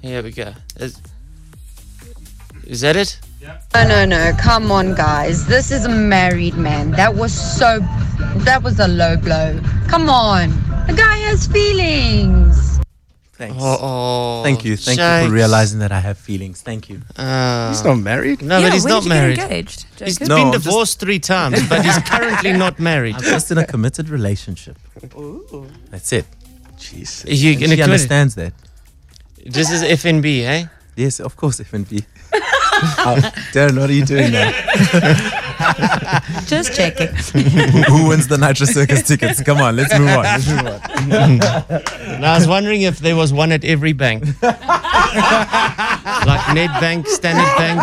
[SPEAKER 4] here we go. Is, is that it?
[SPEAKER 17] No, no, no. Come on, guys. This is a married man. That was so. That was a low blow. Come on. The guy has feelings.
[SPEAKER 6] Thanks.
[SPEAKER 4] Oh, oh,
[SPEAKER 6] Thank you. Thank you
[SPEAKER 4] shakes.
[SPEAKER 6] for realizing that I have feelings. Thank you.
[SPEAKER 4] Uh,
[SPEAKER 7] He's not married.
[SPEAKER 4] No,
[SPEAKER 5] Yeah,
[SPEAKER 4] but he's
[SPEAKER 5] when
[SPEAKER 4] not
[SPEAKER 5] did you get
[SPEAKER 4] married.
[SPEAKER 5] engaged,
[SPEAKER 4] he's
[SPEAKER 5] Jacob?
[SPEAKER 4] been
[SPEAKER 5] No, I'm just-
[SPEAKER 4] divorced three times, but
[SPEAKER 6] (laughs)
[SPEAKER 4] he's currently
[SPEAKER 5] (laughs)
[SPEAKER 4] not married.
[SPEAKER 6] I'm just in a committed relationship. That's it. Jeez.
[SPEAKER 4] You
[SPEAKER 6] And
[SPEAKER 4] gonna
[SPEAKER 6] she
[SPEAKER 4] commit-
[SPEAKER 6] understands that.
[SPEAKER 4] This is FNB, eh?
[SPEAKER 6] Yes, of course, FNB. (laughs) oh, Darren, what are you doing now? (laughs)
[SPEAKER 5] Just checking.
[SPEAKER 6] who, who wins the Nitro Circus tickets? Come on, let's move on. Let's move on.
[SPEAKER 4] (laughs) And I was wondering if there was one at every bank. like Nedbank, Standard Bank,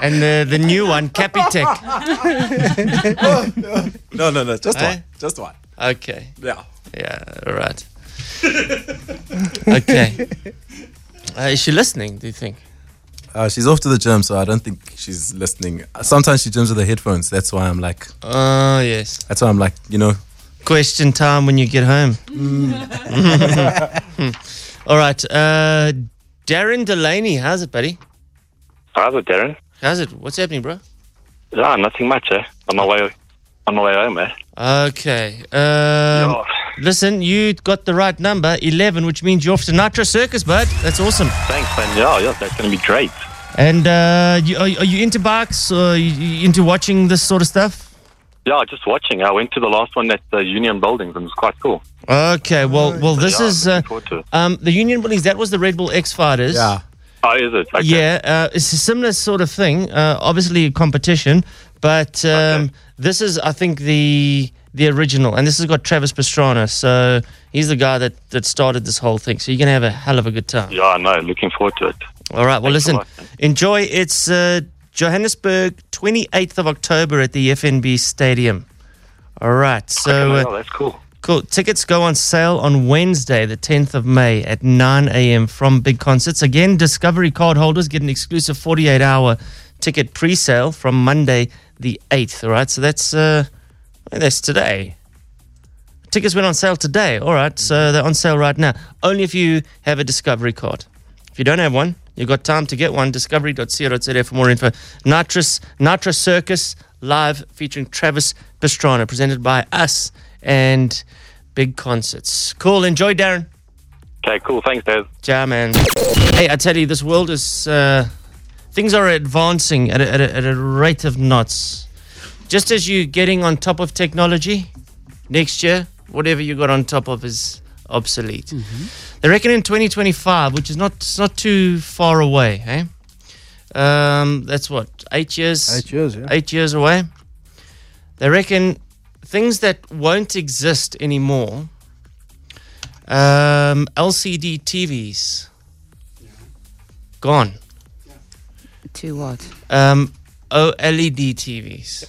[SPEAKER 4] and the, the new one, (laughs) Capitec.
[SPEAKER 6] No, no, no, just
[SPEAKER 4] Eh?
[SPEAKER 6] one. Just one.
[SPEAKER 4] Okay.
[SPEAKER 6] Yeah.
[SPEAKER 4] Yeah, all right. Okay. Uh, is she listening, do you think?
[SPEAKER 6] Uh, she's off to the gym, so I don't think she's listening. Uh, Sometimes she gyms with her headphones. That's why I'm like,
[SPEAKER 4] Oh, yes.
[SPEAKER 6] that's why I'm like, you know,
[SPEAKER 4] Question time when you get home. (laughs) Hmm. all right. Uh, Darren Delaney, how's it, buddy?
[SPEAKER 18] How's it, Darren?
[SPEAKER 4] How's it? What's happening, bro?
[SPEAKER 18] Ah, nothing much, eh? On my way, on my way home, eh?
[SPEAKER 4] Okay. Um, Listen, you got the right number, 11, which means you're off to Nitro Circus, bud. That's awesome.
[SPEAKER 18] Thanks, man. Yeah, yeah, that's gonna be great.
[SPEAKER 4] And uh, you, are, are you into bikes? Or you, you into watching this sort of stuff?
[SPEAKER 18] Yeah, just watching. I went to the last one at the Union Buildings, and it was quite cool.
[SPEAKER 4] Okay. Well, well, this
[SPEAKER 18] Yeah, I'm
[SPEAKER 4] is uh,
[SPEAKER 18] forward to it.
[SPEAKER 4] um, the Union Buildings. That was the Red Bull X Fighters. Yeah.
[SPEAKER 18] Oh, is it? Okay.
[SPEAKER 4] Yeah, uh, it's a similar sort of thing. Uh, obviously, competition, but um, this is, I think, the the original, and this has got Travis Pastrana. So he's the guy that that started this whole thing. So you're gonna have a hell of a good time.
[SPEAKER 18] Yeah, I know. Looking forward to it.
[SPEAKER 4] All right. Well,
[SPEAKER 18] Thanks a
[SPEAKER 4] listen, enjoy. It's uh, Johannesburg, 28th of October at the FNB Stadium. All right. So
[SPEAKER 18] Okay, well,
[SPEAKER 4] uh,
[SPEAKER 18] Oh, that's cool.
[SPEAKER 4] Cool. Tickets go on sale on Wednesday, the 10th of May at 9 a.m. from Big Concerts. Again, Discovery card holders get an exclusive 48 hour ticket pre sale from Monday, the 8th. All right. So that's, uh, well, that's today. Tickets went on sale today. All right. So they're on sale right now. Only if you have a Discovery card. If you don't have one, you've got time to get one. Discovery.co.za for more info. Nitrous, Nitra Circus live featuring Travis Pastrana, presented by us and big concerts. Cool. Enjoy, Darren.
[SPEAKER 18] Okay, cool. Thanks, Dad.
[SPEAKER 4] Ja, man. Hey, I tell you, this world is. Uh, things are advancing at a, at, a, at a rate of knots. Just as you're getting on top of technology, next year, whatever you got on top of is obsolete.
[SPEAKER 7] Mm-hmm.
[SPEAKER 4] They reckon in 2025, which is not it's not too far away, eh? Um, that's what eight years.
[SPEAKER 7] Eight years, yeah.
[SPEAKER 4] Eight years away. They reckon things that won't exist anymore. Um, LCD TVs gone.
[SPEAKER 5] To what?
[SPEAKER 4] Um, OLED TVs.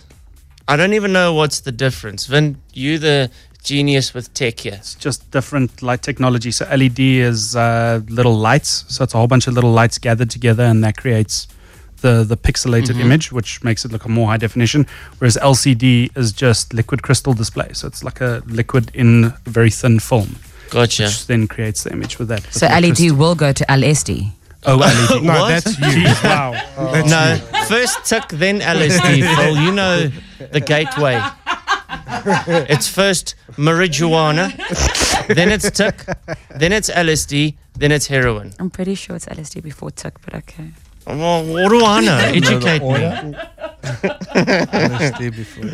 [SPEAKER 4] I don't even know what's the difference. Vin, you the genius with tech here.
[SPEAKER 8] just different light technology. So LED is uh, little lights. So it's a whole bunch of little lights gathered together, and that creates the the pixelated
[SPEAKER 4] Mhm.
[SPEAKER 8] image, which makes it look more high definition. Whereas LCD is just liquid crystal display. So it's like a liquid in a very thin film.
[SPEAKER 4] Gotcha.
[SPEAKER 8] Which then creates the image with that.
[SPEAKER 5] So E LED will go to LSD.
[SPEAKER 8] Oh, LED.
[SPEAKER 4] No, What?
[SPEAKER 8] (laughs)
[SPEAKER 4] that's you.
[SPEAKER 8] Jeez, wow. That's
[SPEAKER 4] no,
[SPEAKER 8] you.
[SPEAKER 4] first tick, then (laughs) LSD, Phil. You know the gateway. It's first marijuana, then it's tick, then it's LSD, then it's heroin.
[SPEAKER 5] (laughs) I'm pretty sure it's LSD before Tuck, but okay.
[SPEAKER 4] Well, what do I know?
[SPEAKER 5] You know the
[SPEAKER 4] Educate me.
[SPEAKER 5] order?
[SPEAKER 7] LSD before.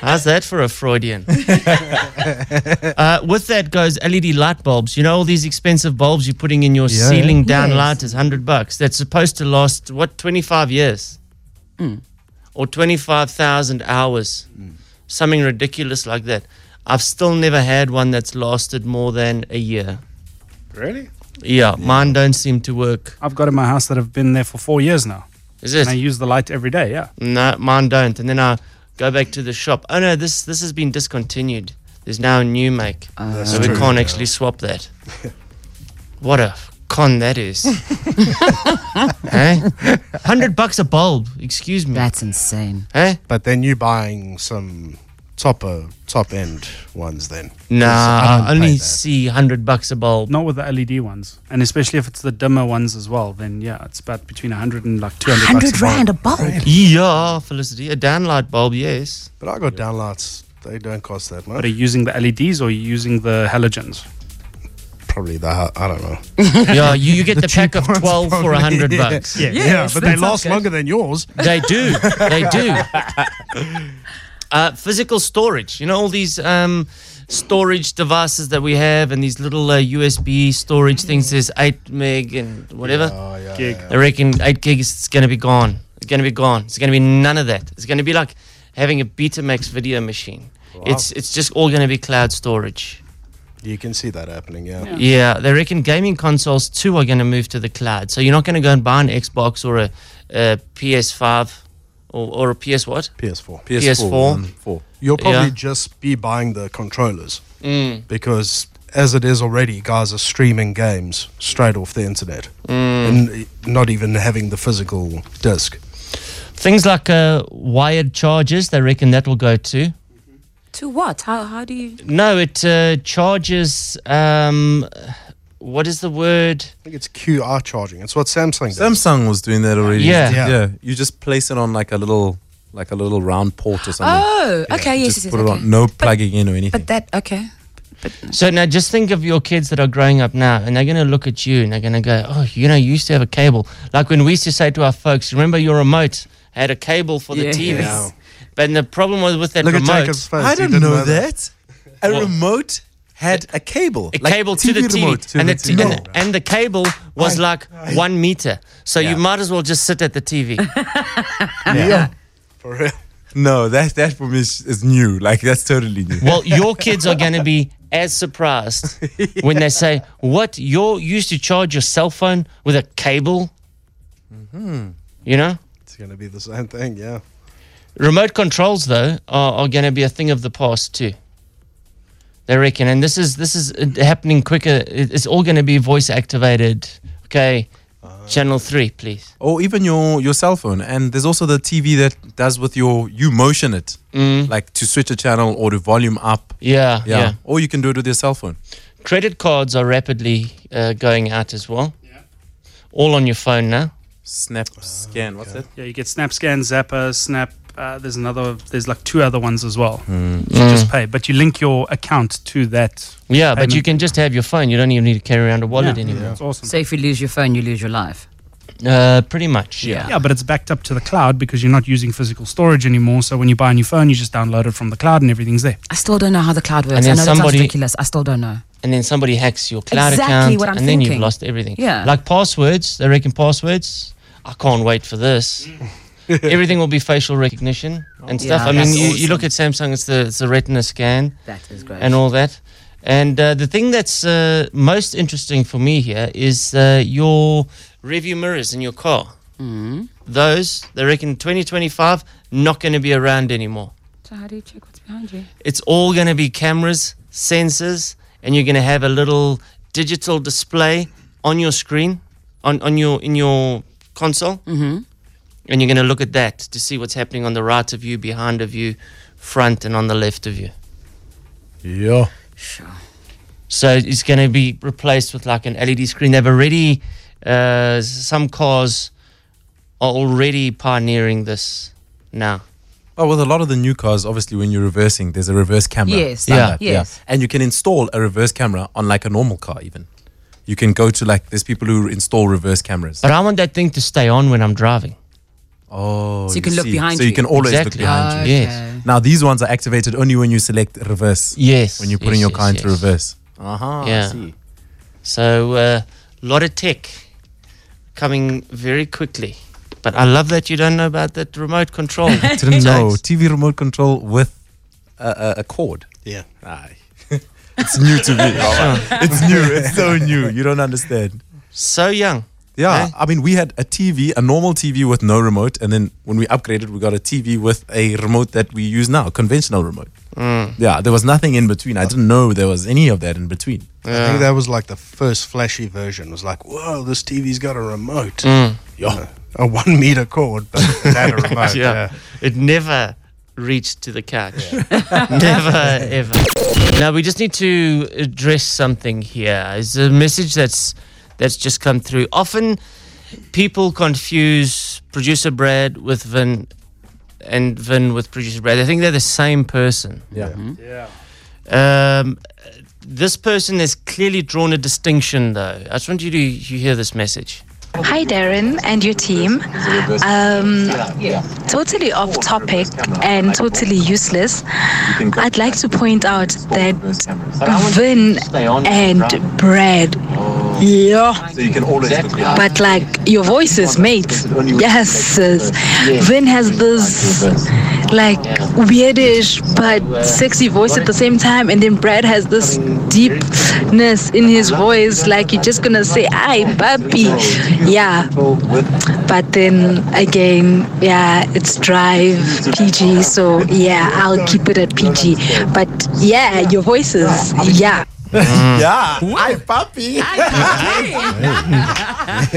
[SPEAKER 4] (laughs) How's that for a Freudian? (laughs) uh, with that goes LED light bulbs. You know all these expensive bulbs you're putting in your
[SPEAKER 7] Yeah.
[SPEAKER 4] ceiling down
[SPEAKER 7] Yes.
[SPEAKER 4] light is hundred bucks. That's supposed to last what twenty five years, or twenty five thousand hours, something ridiculous like that. I've still never had one that's lasted more than a year.
[SPEAKER 7] Really?
[SPEAKER 4] Yeah, mine don't seem to work.
[SPEAKER 8] I've got in my house that have been there for four years now.
[SPEAKER 4] Is it?
[SPEAKER 8] And I use the light every day. Yeah.
[SPEAKER 4] No, mine don't. And then I go back to the shop. Oh no, this this has been discontinued. There's now a new make,
[SPEAKER 7] Ah. That's
[SPEAKER 4] so we
[SPEAKER 7] true,
[SPEAKER 4] can't
[SPEAKER 7] yeah.
[SPEAKER 4] actually swap that. what a con that
[SPEAKER 7] (laughs)
[SPEAKER 4] is. eh? Hundred bucks a bulb. Excuse me.
[SPEAKER 5] That's insane.
[SPEAKER 4] Eh?
[SPEAKER 7] But then you buying some topper top end ones then.
[SPEAKER 4] Nah,
[SPEAKER 7] I don't
[SPEAKER 4] I only
[SPEAKER 7] pay
[SPEAKER 4] see hundred bucks a bulb.
[SPEAKER 8] Not with the LED ones, and especially if it's the dimmer ones as well. Then yeah, it's about between 100 and like 200 bucks
[SPEAKER 4] Yeah, Felicity, a downlight bulb, yes.
[SPEAKER 7] But I got downlights. They don't cost that
[SPEAKER 8] E
[SPEAKER 7] much.
[SPEAKER 8] But are you using the LEDs or are you using the halogens?
[SPEAKER 7] probably the ho- I don't know.
[SPEAKER 4] (laughs) Yeah, you, you get the, pack of 12 for 100 bucks.
[SPEAKER 7] (laughs) Yeah, yeah, but they last longer than yours.
[SPEAKER 4] They do. They
[SPEAKER 7] (laughs)
[SPEAKER 4] do. Uh, physical storage. You know, all these um, storage devices that we have and these little uh, USB storage things. There's 8 meg and whatever.
[SPEAKER 8] Gig.
[SPEAKER 4] I reckon 8 gig is going to be gone. It's going to be gone. It's going to be none of that. It's going to be like having a Betamax video machine. It's, it's just all going to be cloud storage.
[SPEAKER 7] You can see that happening. Yeah.
[SPEAKER 4] Yeah, they reckon gaming consoles too are going to move to the cloud. So you're not going to go and buy an Xbox or a, a PS5 or, or a PS what?
[SPEAKER 7] PS4.
[SPEAKER 4] PS4.
[SPEAKER 7] um, You'll probably
[SPEAKER 4] Yeah.
[SPEAKER 7] just be buying the controllers Mm. because, as it is already, guys are streaming games straight off the internet and uh, not even having the physical disc.
[SPEAKER 4] Things like uh, wired chargers, they reckon that will go too.
[SPEAKER 5] To what? How, how do you.
[SPEAKER 4] No, it uh, charges. Um, what is the word?
[SPEAKER 7] I think it's QR charging. It's what Samsung does.
[SPEAKER 6] Samsung was doing that already.
[SPEAKER 4] Yeah.
[SPEAKER 6] yeah,
[SPEAKER 4] Yeah.
[SPEAKER 6] You just place it on like a little, like a little round port or something.
[SPEAKER 5] Oh, okay. Yes,
[SPEAKER 6] Just
[SPEAKER 5] yes, yes.
[SPEAKER 6] put it
[SPEAKER 5] okay.
[SPEAKER 6] on. No plugging in or anything.
[SPEAKER 5] But that, okay.
[SPEAKER 4] So now just think of your kids that are growing up now and they're going to look at you and they're going to go, oh, you know, you used to have a cable. Like when we used to say to our folks, remember your remote had a cable for the
[SPEAKER 6] Yes.
[SPEAKER 4] TVs.
[SPEAKER 6] Yeah.
[SPEAKER 4] But the problem was with that
[SPEAKER 6] Look at
[SPEAKER 4] remote.
[SPEAKER 6] Jacob's face, I he didn't didn't know know that. A remote had a cable.
[SPEAKER 4] A
[SPEAKER 6] like
[SPEAKER 4] cable to the TV,
[SPEAKER 6] remote to
[SPEAKER 4] and,
[SPEAKER 6] the
[SPEAKER 4] the t-
[SPEAKER 6] TV.
[SPEAKER 4] and, and the cable was like one meter, so you might as well just sit at
[SPEAKER 6] (laughs)
[SPEAKER 4] the TV.
[SPEAKER 6] Yeah.
[SPEAKER 7] For real.
[SPEAKER 6] No, that that for me is, is new. Like that's totally new.
[SPEAKER 4] (laughs) Well, your kids are going to be as
[SPEAKER 6] (laughs)
[SPEAKER 4] surprised when they say, "What? You're you used to charge your cell phone with a cable?" You know,
[SPEAKER 7] It's going to be the same thing. Yeah.
[SPEAKER 4] remote controls though are, are going to be a thing of the past too. They reckon, and this is this is uh, happening quicker. It- It's all going to be voice activated. Okay, channel three, please.
[SPEAKER 6] or even your your cell phone. And there's also the TV that does with your you motion it, like to switch a channel or to volume up.
[SPEAKER 4] Mm. Yeah,
[SPEAKER 6] Yeah.
[SPEAKER 4] yeah.
[SPEAKER 6] Or you can do it with your cell phone.
[SPEAKER 4] Credit cards are rapidly uh, going out as well. All on your phone now.
[SPEAKER 7] (laughs)
[SPEAKER 6] Snap scan. What's it?
[SPEAKER 8] Yeah, you get Snap Scan, Zapper, Snap. Uh, there's another. There's like two other ones as well.
[SPEAKER 4] Hmm.
[SPEAKER 6] Mm.
[SPEAKER 8] You just pay, but you link your account to that.
[SPEAKER 4] Yeah, but you
[SPEAKER 8] payment.
[SPEAKER 4] can just have your phone. You don't even need to carry around a wallet
[SPEAKER 8] Yeah,
[SPEAKER 4] anymore.
[SPEAKER 8] That's awesome.
[SPEAKER 5] So if you lose your phone, you lose your life.
[SPEAKER 4] Uh, pretty much, yeah.
[SPEAKER 8] Yeah, but it's backed up to the cloud because you're not using physical storage anymore. So when you buy a new phone, you just download it from the cloud and everything's there.
[SPEAKER 5] I still don't know how the cloud works.
[SPEAKER 4] And
[SPEAKER 5] I
[SPEAKER 4] then
[SPEAKER 5] know that sounds
[SPEAKER 4] somebody-
[SPEAKER 5] ridiculous. I still don't know.
[SPEAKER 4] And then somebody hacks your cloud
[SPEAKER 5] Exactly
[SPEAKER 4] account,
[SPEAKER 5] what I'm
[SPEAKER 4] and then you've
[SPEAKER 5] thinking.
[SPEAKER 4] lost everything.
[SPEAKER 5] Yeah.
[SPEAKER 4] like passwords. They reckon passwords. I can't wait for this. everything will be facial recognition and stuff.
[SPEAKER 5] Yeah,
[SPEAKER 4] I mean,
[SPEAKER 5] that's
[SPEAKER 4] you, you look at Samsung; it's the it's the Retina scan.
[SPEAKER 5] That is great.
[SPEAKER 4] and all that. And uh, the thing that's uh, most interesting for me here is uh, your rearview mirrors in your car.
[SPEAKER 5] Mm-hmm.
[SPEAKER 4] Mm. Those, they reckon 2025, not going to be around anymore.
[SPEAKER 5] So how do you check what's behind you?
[SPEAKER 4] It's all going to be cameras, sensors, and you're going to have a little digital display on your screen, on, on your in your console,
[SPEAKER 5] Mm-hmm.
[SPEAKER 4] and you're going to look at that to see what's happening on the right of you, behind of you, front, and on the left of you.
[SPEAKER 6] Yeah.
[SPEAKER 4] So it's going to be replaced with like an LED screen. They've already, uh, some cars are already pioneering this now.
[SPEAKER 6] Oh, with a lot of the new cars, obviously, when you're reversing, there's a reverse camera.
[SPEAKER 4] Yes.
[SPEAKER 6] standard,
[SPEAKER 4] Yeah. Yes.
[SPEAKER 6] And you can install a reverse camera on like a normal car, even. You can go to like, there's people who install reverse cameras.
[SPEAKER 4] But I want that thing to stay on when I'm driving.
[SPEAKER 6] Oh,
[SPEAKER 4] So you can look
[SPEAKER 6] see.
[SPEAKER 4] behind
[SPEAKER 6] So
[SPEAKER 4] you.
[SPEAKER 6] you can always
[SPEAKER 4] Exactly.
[SPEAKER 6] look behind
[SPEAKER 4] Okay.
[SPEAKER 6] you.
[SPEAKER 4] Yes.
[SPEAKER 6] Now these ones are activated only when you select reverse.
[SPEAKER 4] Yes.
[SPEAKER 6] When you're
[SPEAKER 4] yes,
[SPEAKER 6] putting your
[SPEAKER 4] yes,
[SPEAKER 6] car into
[SPEAKER 4] yes. (laughs)
[SPEAKER 6] reverse. Uh huh.
[SPEAKER 4] Yeah. So uh, a lot of tech coming very quickly. But I love that you don't know about that remote control.
[SPEAKER 6] I (laughs) didn't know TV remote control with (laughs) a, a, a cord.
[SPEAKER 7] Yeah.
[SPEAKER 6] Aye. (laughs) it's new to
[SPEAKER 4] (laughs)
[SPEAKER 6] me. it's new. It's so new. You don't understand.
[SPEAKER 4] So young.
[SPEAKER 6] Yeah, I mean, we had a TV, a normal TV with no remote, and then when we upgraded, we got a TV with a remote that we use now, conventional remote.
[SPEAKER 7] Mm.
[SPEAKER 6] Yeah, there was nothing in between. I didn't know there was any of that in between.
[SPEAKER 7] I think that was like the first flashy version. It was like, whoa, this TV's got a remote.
[SPEAKER 4] Mm.
[SPEAKER 7] Yeah. A one meter cord, but (laughs) it had a remote.
[SPEAKER 4] (laughs) Yeah.
[SPEAKER 7] yeah.
[SPEAKER 4] It never reached to the couch. (laughs) never, ever. Now, we just need to address something here. It's a message that's, that's just come through. Often people confuse producer Brad with Vin and Vin with producer Brad. They think they're the same person.
[SPEAKER 6] Yeah.
[SPEAKER 4] Um, this person has clearly drawn a distinction, though. I just want you to you hear this message.
[SPEAKER 19] Hi, Darren and your team. Um, totally off topic and totally useless. I'd like to point out that Vin and Brad. Yeah.
[SPEAKER 20] So you can always look it up.
[SPEAKER 19] But like your voices, mates. Yes. sis. Vin has this like weirdish but sexy voice at the same time, and then Brad has this deepness in his voice, like you're just gonna say, "Ay, papi." Yeah. But then again, yeah, it's drive PG, so yeah, I'll keep it at PG. But yeah, your voices, yeah.
[SPEAKER 6] (laughs) yeah. Hi, puppy.
[SPEAKER 9] Uh,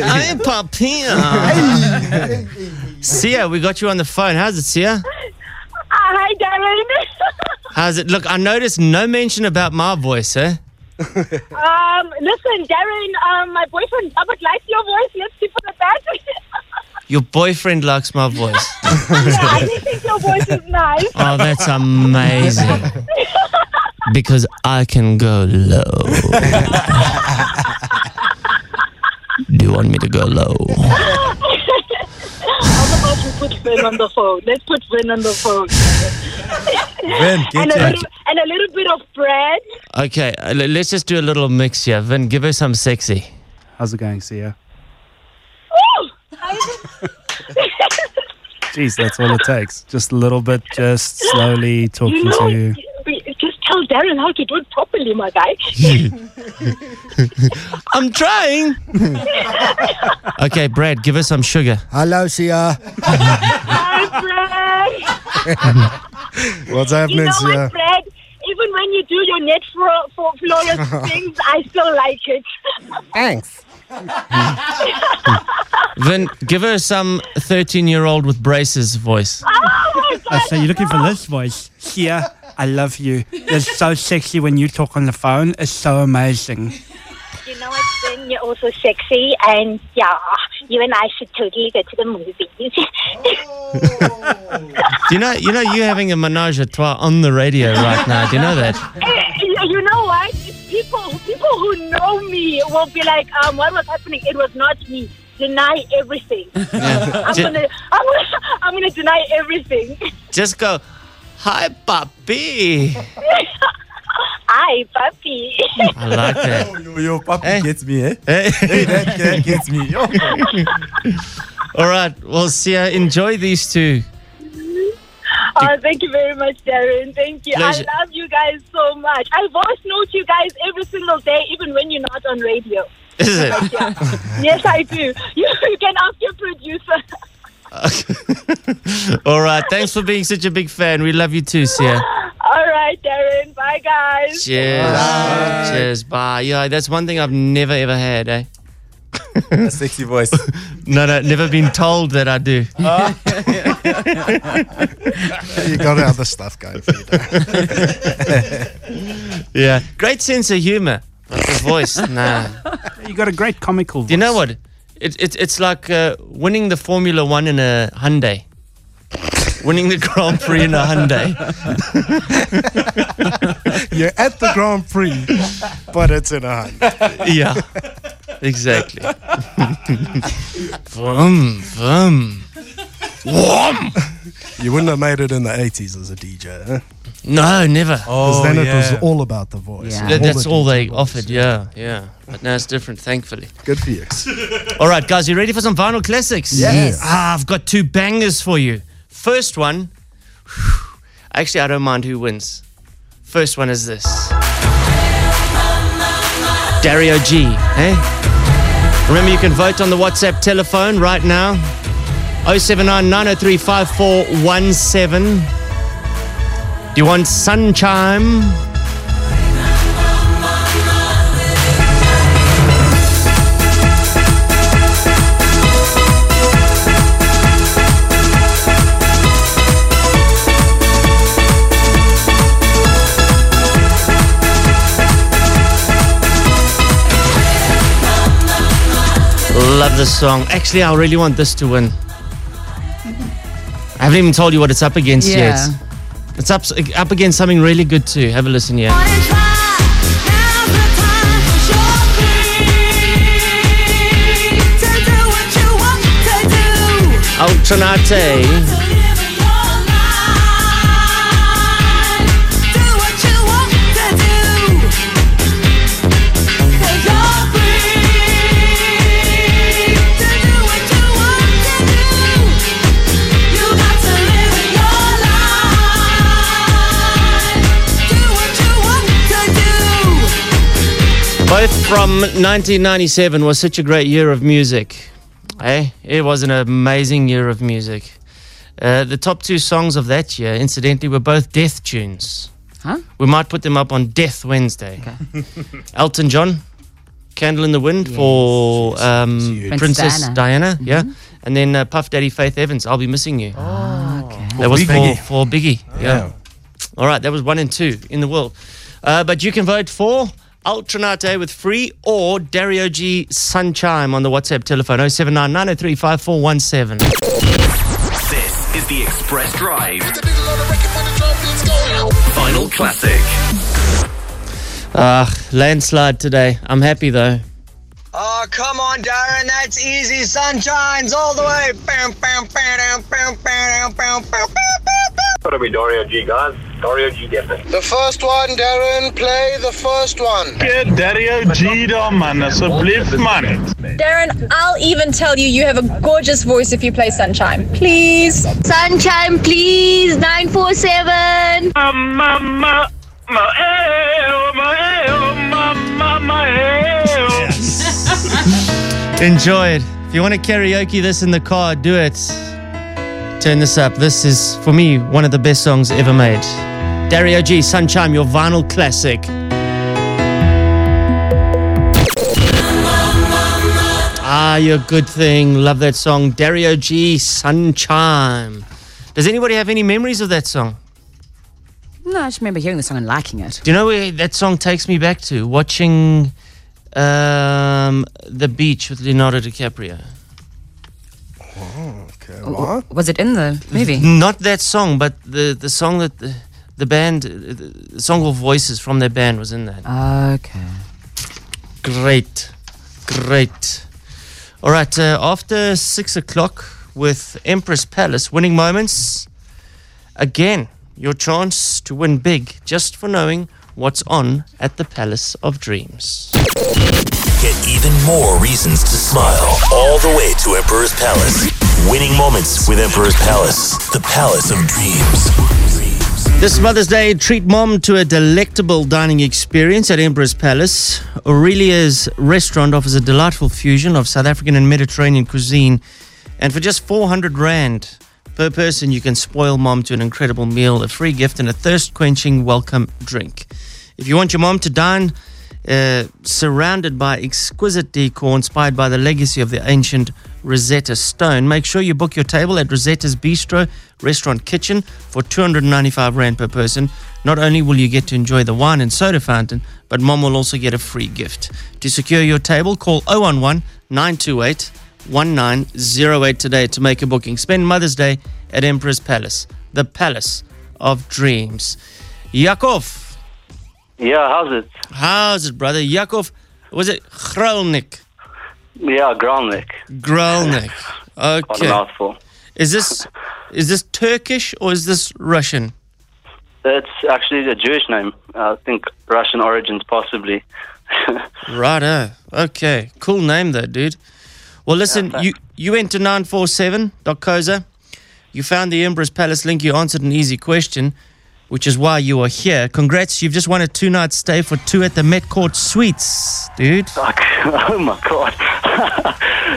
[SPEAKER 4] Hey, Papia. (laughs) Sia, we got you on the phone. How's it, Sia?
[SPEAKER 9] hi, Darren. (laughs)
[SPEAKER 4] How's it? Look, I noticed no mention about my voice, eh?
[SPEAKER 9] Um, listen, Darren, um, my boyfriend Robert likes your voice. Let's keep it at that. (laughs)
[SPEAKER 4] Your boyfriend likes my voice.
[SPEAKER 9] yeah, he thinks your voice is nice.
[SPEAKER 4] Oh, that's amazing.
[SPEAKER 9] (laughs)
[SPEAKER 4] Because I can go low. Do you want me to go low?
[SPEAKER 9] How about we put Vin on the phone? Let's put Vin on the phone.
[SPEAKER 4] Vin, get
[SPEAKER 9] and, a
[SPEAKER 4] it.
[SPEAKER 9] little, and a little bit of bread.
[SPEAKER 4] Okay, uh, le- let's just do a little mix here. Vin, give her some sexy.
[SPEAKER 8] How's it going, Sia?
[SPEAKER 9] Woo!
[SPEAKER 8] Jeez, that's all it takes. Just a little bit, just slowly talking
[SPEAKER 9] you know,
[SPEAKER 8] to you.
[SPEAKER 9] we- just tell Darren how to do it properly,
[SPEAKER 7] (laughs)
[SPEAKER 9] my guy.
[SPEAKER 4] I'm trying. (laughs) Okay, Brad, give her some sugar.
[SPEAKER 21] Hello, Sia.
[SPEAKER 7] What's
[SPEAKER 9] you
[SPEAKER 7] happening,
[SPEAKER 9] know
[SPEAKER 7] Sia?
[SPEAKER 9] what, Brad? Even when you do your net for, for
[SPEAKER 7] (laughs)
[SPEAKER 9] florist things, I still like it. (laughs) Oh
[SPEAKER 21] Thanks.
[SPEAKER 4] Vin, give her some 13 year old with braces voice.
[SPEAKER 22] I say, you're looking for this voice. Here, I love you. You're so sexy when you talk on the phone. It's so amazing.
[SPEAKER 9] You know what, Vin? You're also sexy, and yeah, you and I should totally go to the movies.
[SPEAKER 4] Do you know you know you having a menage a trois on the radio right now? Do (laughs) you
[SPEAKER 9] (laughs)
[SPEAKER 4] know that?
[SPEAKER 9] Eh, you know what? People, people who know me will be like, um, what was happening? It was not me. Deny
[SPEAKER 4] (laughs)
[SPEAKER 9] everything. I'm
[SPEAKER 4] Ju-
[SPEAKER 9] gonna, I'm gonna, I'm gonna deny everything. (laughs)
[SPEAKER 4] Just go, hi puppy.
[SPEAKER 9] Hi, puppy.
[SPEAKER 4] I like that. (laughs)
[SPEAKER 6] Yo, yo, puppy gets me, eh? Hey, that guy gets me. Yo.
[SPEAKER 4] All right, well, Sia, enjoy these two.
[SPEAKER 9] Oh, thank you very much, Darren. Thank you.
[SPEAKER 4] Pleasure.
[SPEAKER 9] I love you guys so much. I voice note you guys every single day, even when you're not on radio.
[SPEAKER 4] Is it?
[SPEAKER 9] yes, I do. (laughs) You, you can ask your producer. (laughs)
[SPEAKER 4] All right, thanks for being such a big fan. We love you too, Sia.
[SPEAKER 9] All right, Darren. Bye, guys.
[SPEAKER 4] Cheers. Cheers. Bye. Yeah, that's one thing I've never ever had, eh?
[SPEAKER 6] A sexy voice.
[SPEAKER 4] (laughs) No, no, never been told that I do.
[SPEAKER 7] (laughs) you got other stuff going for you, Darren.
[SPEAKER 4] (laughs) yeah. Great sense of humor. But the voice, nah.
[SPEAKER 8] (laughs) You got a great comical voice.
[SPEAKER 4] You know what? It, it, it's like uh, winning the Formula One in a Hyundai. winning the Grand Prix in a
[SPEAKER 8] (laughs)
[SPEAKER 4] Hyundai.
[SPEAKER 7] You're at the Grand Prix, but it's in a Hyundai.
[SPEAKER 4] yeah,
[SPEAKER 7] (laughs)
[SPEAKER 4] exactly. vroom, vroom. Wham!
[SPEAKER 7] You wouldn't have made it in the 80s as a DJ, huh?
[SPEAKER 4] No, never.
[SPEAKER 7] Because then it was all about the voice.
[SPEAKER 4] Oh, That- that's all they offered, yeah, yeah. But now it's different, thankfully.
[SPEAKER 7] Good for you.
[SPEAKER 4] (laughs) All right, guys, you ready for some vinyl classics?
[SPEAKER 7] Yes. Yes.
[SPEAKER 4] Ah, I've got two bangers for you. First one, actually, I don't mind who wins. First one is this Dario G, eh? Remember, you can vote on the WhatsApp telephone right now 079 903 5417. Do you want Sunchime? Love this song. Actually, I really want this to win. I haven't even told you what it's up against
[SPEAKER 3] Yeah.
[SPEAKER 4] yet. It's up up against something really good too. Have a listen here. Trinate. Both from 1997 was such a great year of music. Eh? It was an amazing year of music. Uh, the top two songs of that year, incidentally, were both death tunes.
[SPEAKER 5] Huh?
[SPEAKER 4] We might put them up on Death Wednesday. (laughs) Elton John, Candle in the Wind for um,
[SPEAKER 5] Prince
[SPEAKER 4] Princess Diana.
[SPEAKER 5] Diana,
[SPEAKER 4] yeah. And then uh, Puff Daddy Faith Evans, I'll Be Missing You.
[SPEAKER 6] For
[SPEAKER 4] Ah, That was
[SPEAKER 6] Biggie. Oh,
[SPEAKER 4] for, for Biggie.
[SPEAKER 6] Yeah.
[SPEAKER 4] Yeah. All right, that was one and two in the world. Uh, but you can vote for Altrinate with free or Dario G Sunchime on the WhatsApp telephone 0799035417.
[SPEAKER 1] This is the Express Drive. Final classic.
[SPEAKER 4] Ah, landslide today. I'm happy though.
[SPEAKER 10] Oh, come on, Darren. That's easy. Sunshines all the way. Bam, bam, bam, bam, bam, bam, bam.
[SPEAKER 18] Gotta be Dario G, guys. Dario G, definitely.
[SPEAKER 10] The first one, Darren. Play the first one.
[SPEAKER 20] Get Dario G da, man, alsjeblieft, man.
[SPEAKER 23] Darren, I'll even tell you you have a gorgeous voice if you play Sunshine. Please. Sunshine, please. 947. Mama,
[SPEAKER 20] eh, oh, eh,
[SPEAKER 4] Enjoy it. If you want to karaoke this in the car, do it. Turn this up. This is, for me, one of the best songs ever made. Dario G, Sunchime, your vinyl classic. Ah, you're a good thing. Love that song. Dario G, Sunchime. Does anybody have any memories of that song?
[SPEAKER 5] No, I just remember hearing the song and liking it.
[SPEAKER 4] Do you know where that song takes me back to? Watching um, The Beach with Leonardo DiCaprio.
[SPEAKER 6] Oh,
[SPEAKER 5] W- Was it in the movie?
[SPEAKER 6] (laughs)
[SPEAKER 4] Not that song, but the, the song that the, the band, uh, the song of voices from their band was in that.
[SPEAKER 5] Okay.
[SPEAKER 4] Great. Great. All right, uh, after six o'clock with Empress Palace, winning moments. Again, your chance to win big just for knowing what's on at the Palace of Dreams.
[SPEAKER 24] Get even more reasons to smile all the way to Emperor's Palace. Winning moments with Emperor's Palace, the palace of dreams.
[SPEAKER 4] This Mother's Day, treat mom to a delectable dining experience at Emperor's Palace. Aurelia's restaurant offers a delightful fusion of South African and Mediterranean cuisine. And for just 400 Rand per person, you can spoil mom to an incredible meal, a free gift, and a thirst quenching welcome drink. If you want your mom to dine, uh, surrounded by exquisite decor inspired by the legacy of the ancient Rosetta Stone. Make sure you book your table at Rosetta's Bistro Restaurant Kitchen for 295 Rand per person. Not only will you get to enjoy the wine and soda fountain, but mom will also get a free gift. To secure your table, call 011 928 1908 today to make a booking. Spend Mother's Day at Emperor's Palace, the Palace of Dreams. Yakov.
[SPEAKER 18] Yeah, how's it?
[SPEAKER 4] How's it, brother? Yakov, was it Gralnik?
[SPEAKER 18] Yeah, Gromnik.
[SPEAKER 4] Gralnik.
[SPEAKER 18] Quite a
[SPEAKER 4] Okay.
[SPEAKER 18] mouthful.
[SPEAKER 4] Is this is this Turkish or is this Russian?
[SPEAKER 18] It's actually a Jewish name. I think Russian origins, possibly.
[SPEAKER 4] Righto. Okay. Cool name though, dude. Well, listen, you you went to 947.coza. You found the Empress Palace link. You answered an easy question, which is why you are here. Congrats. You've just won a two night stay for two at the Met Court Suites, dude.
[SPEAKER 18] (laughs) oh my god!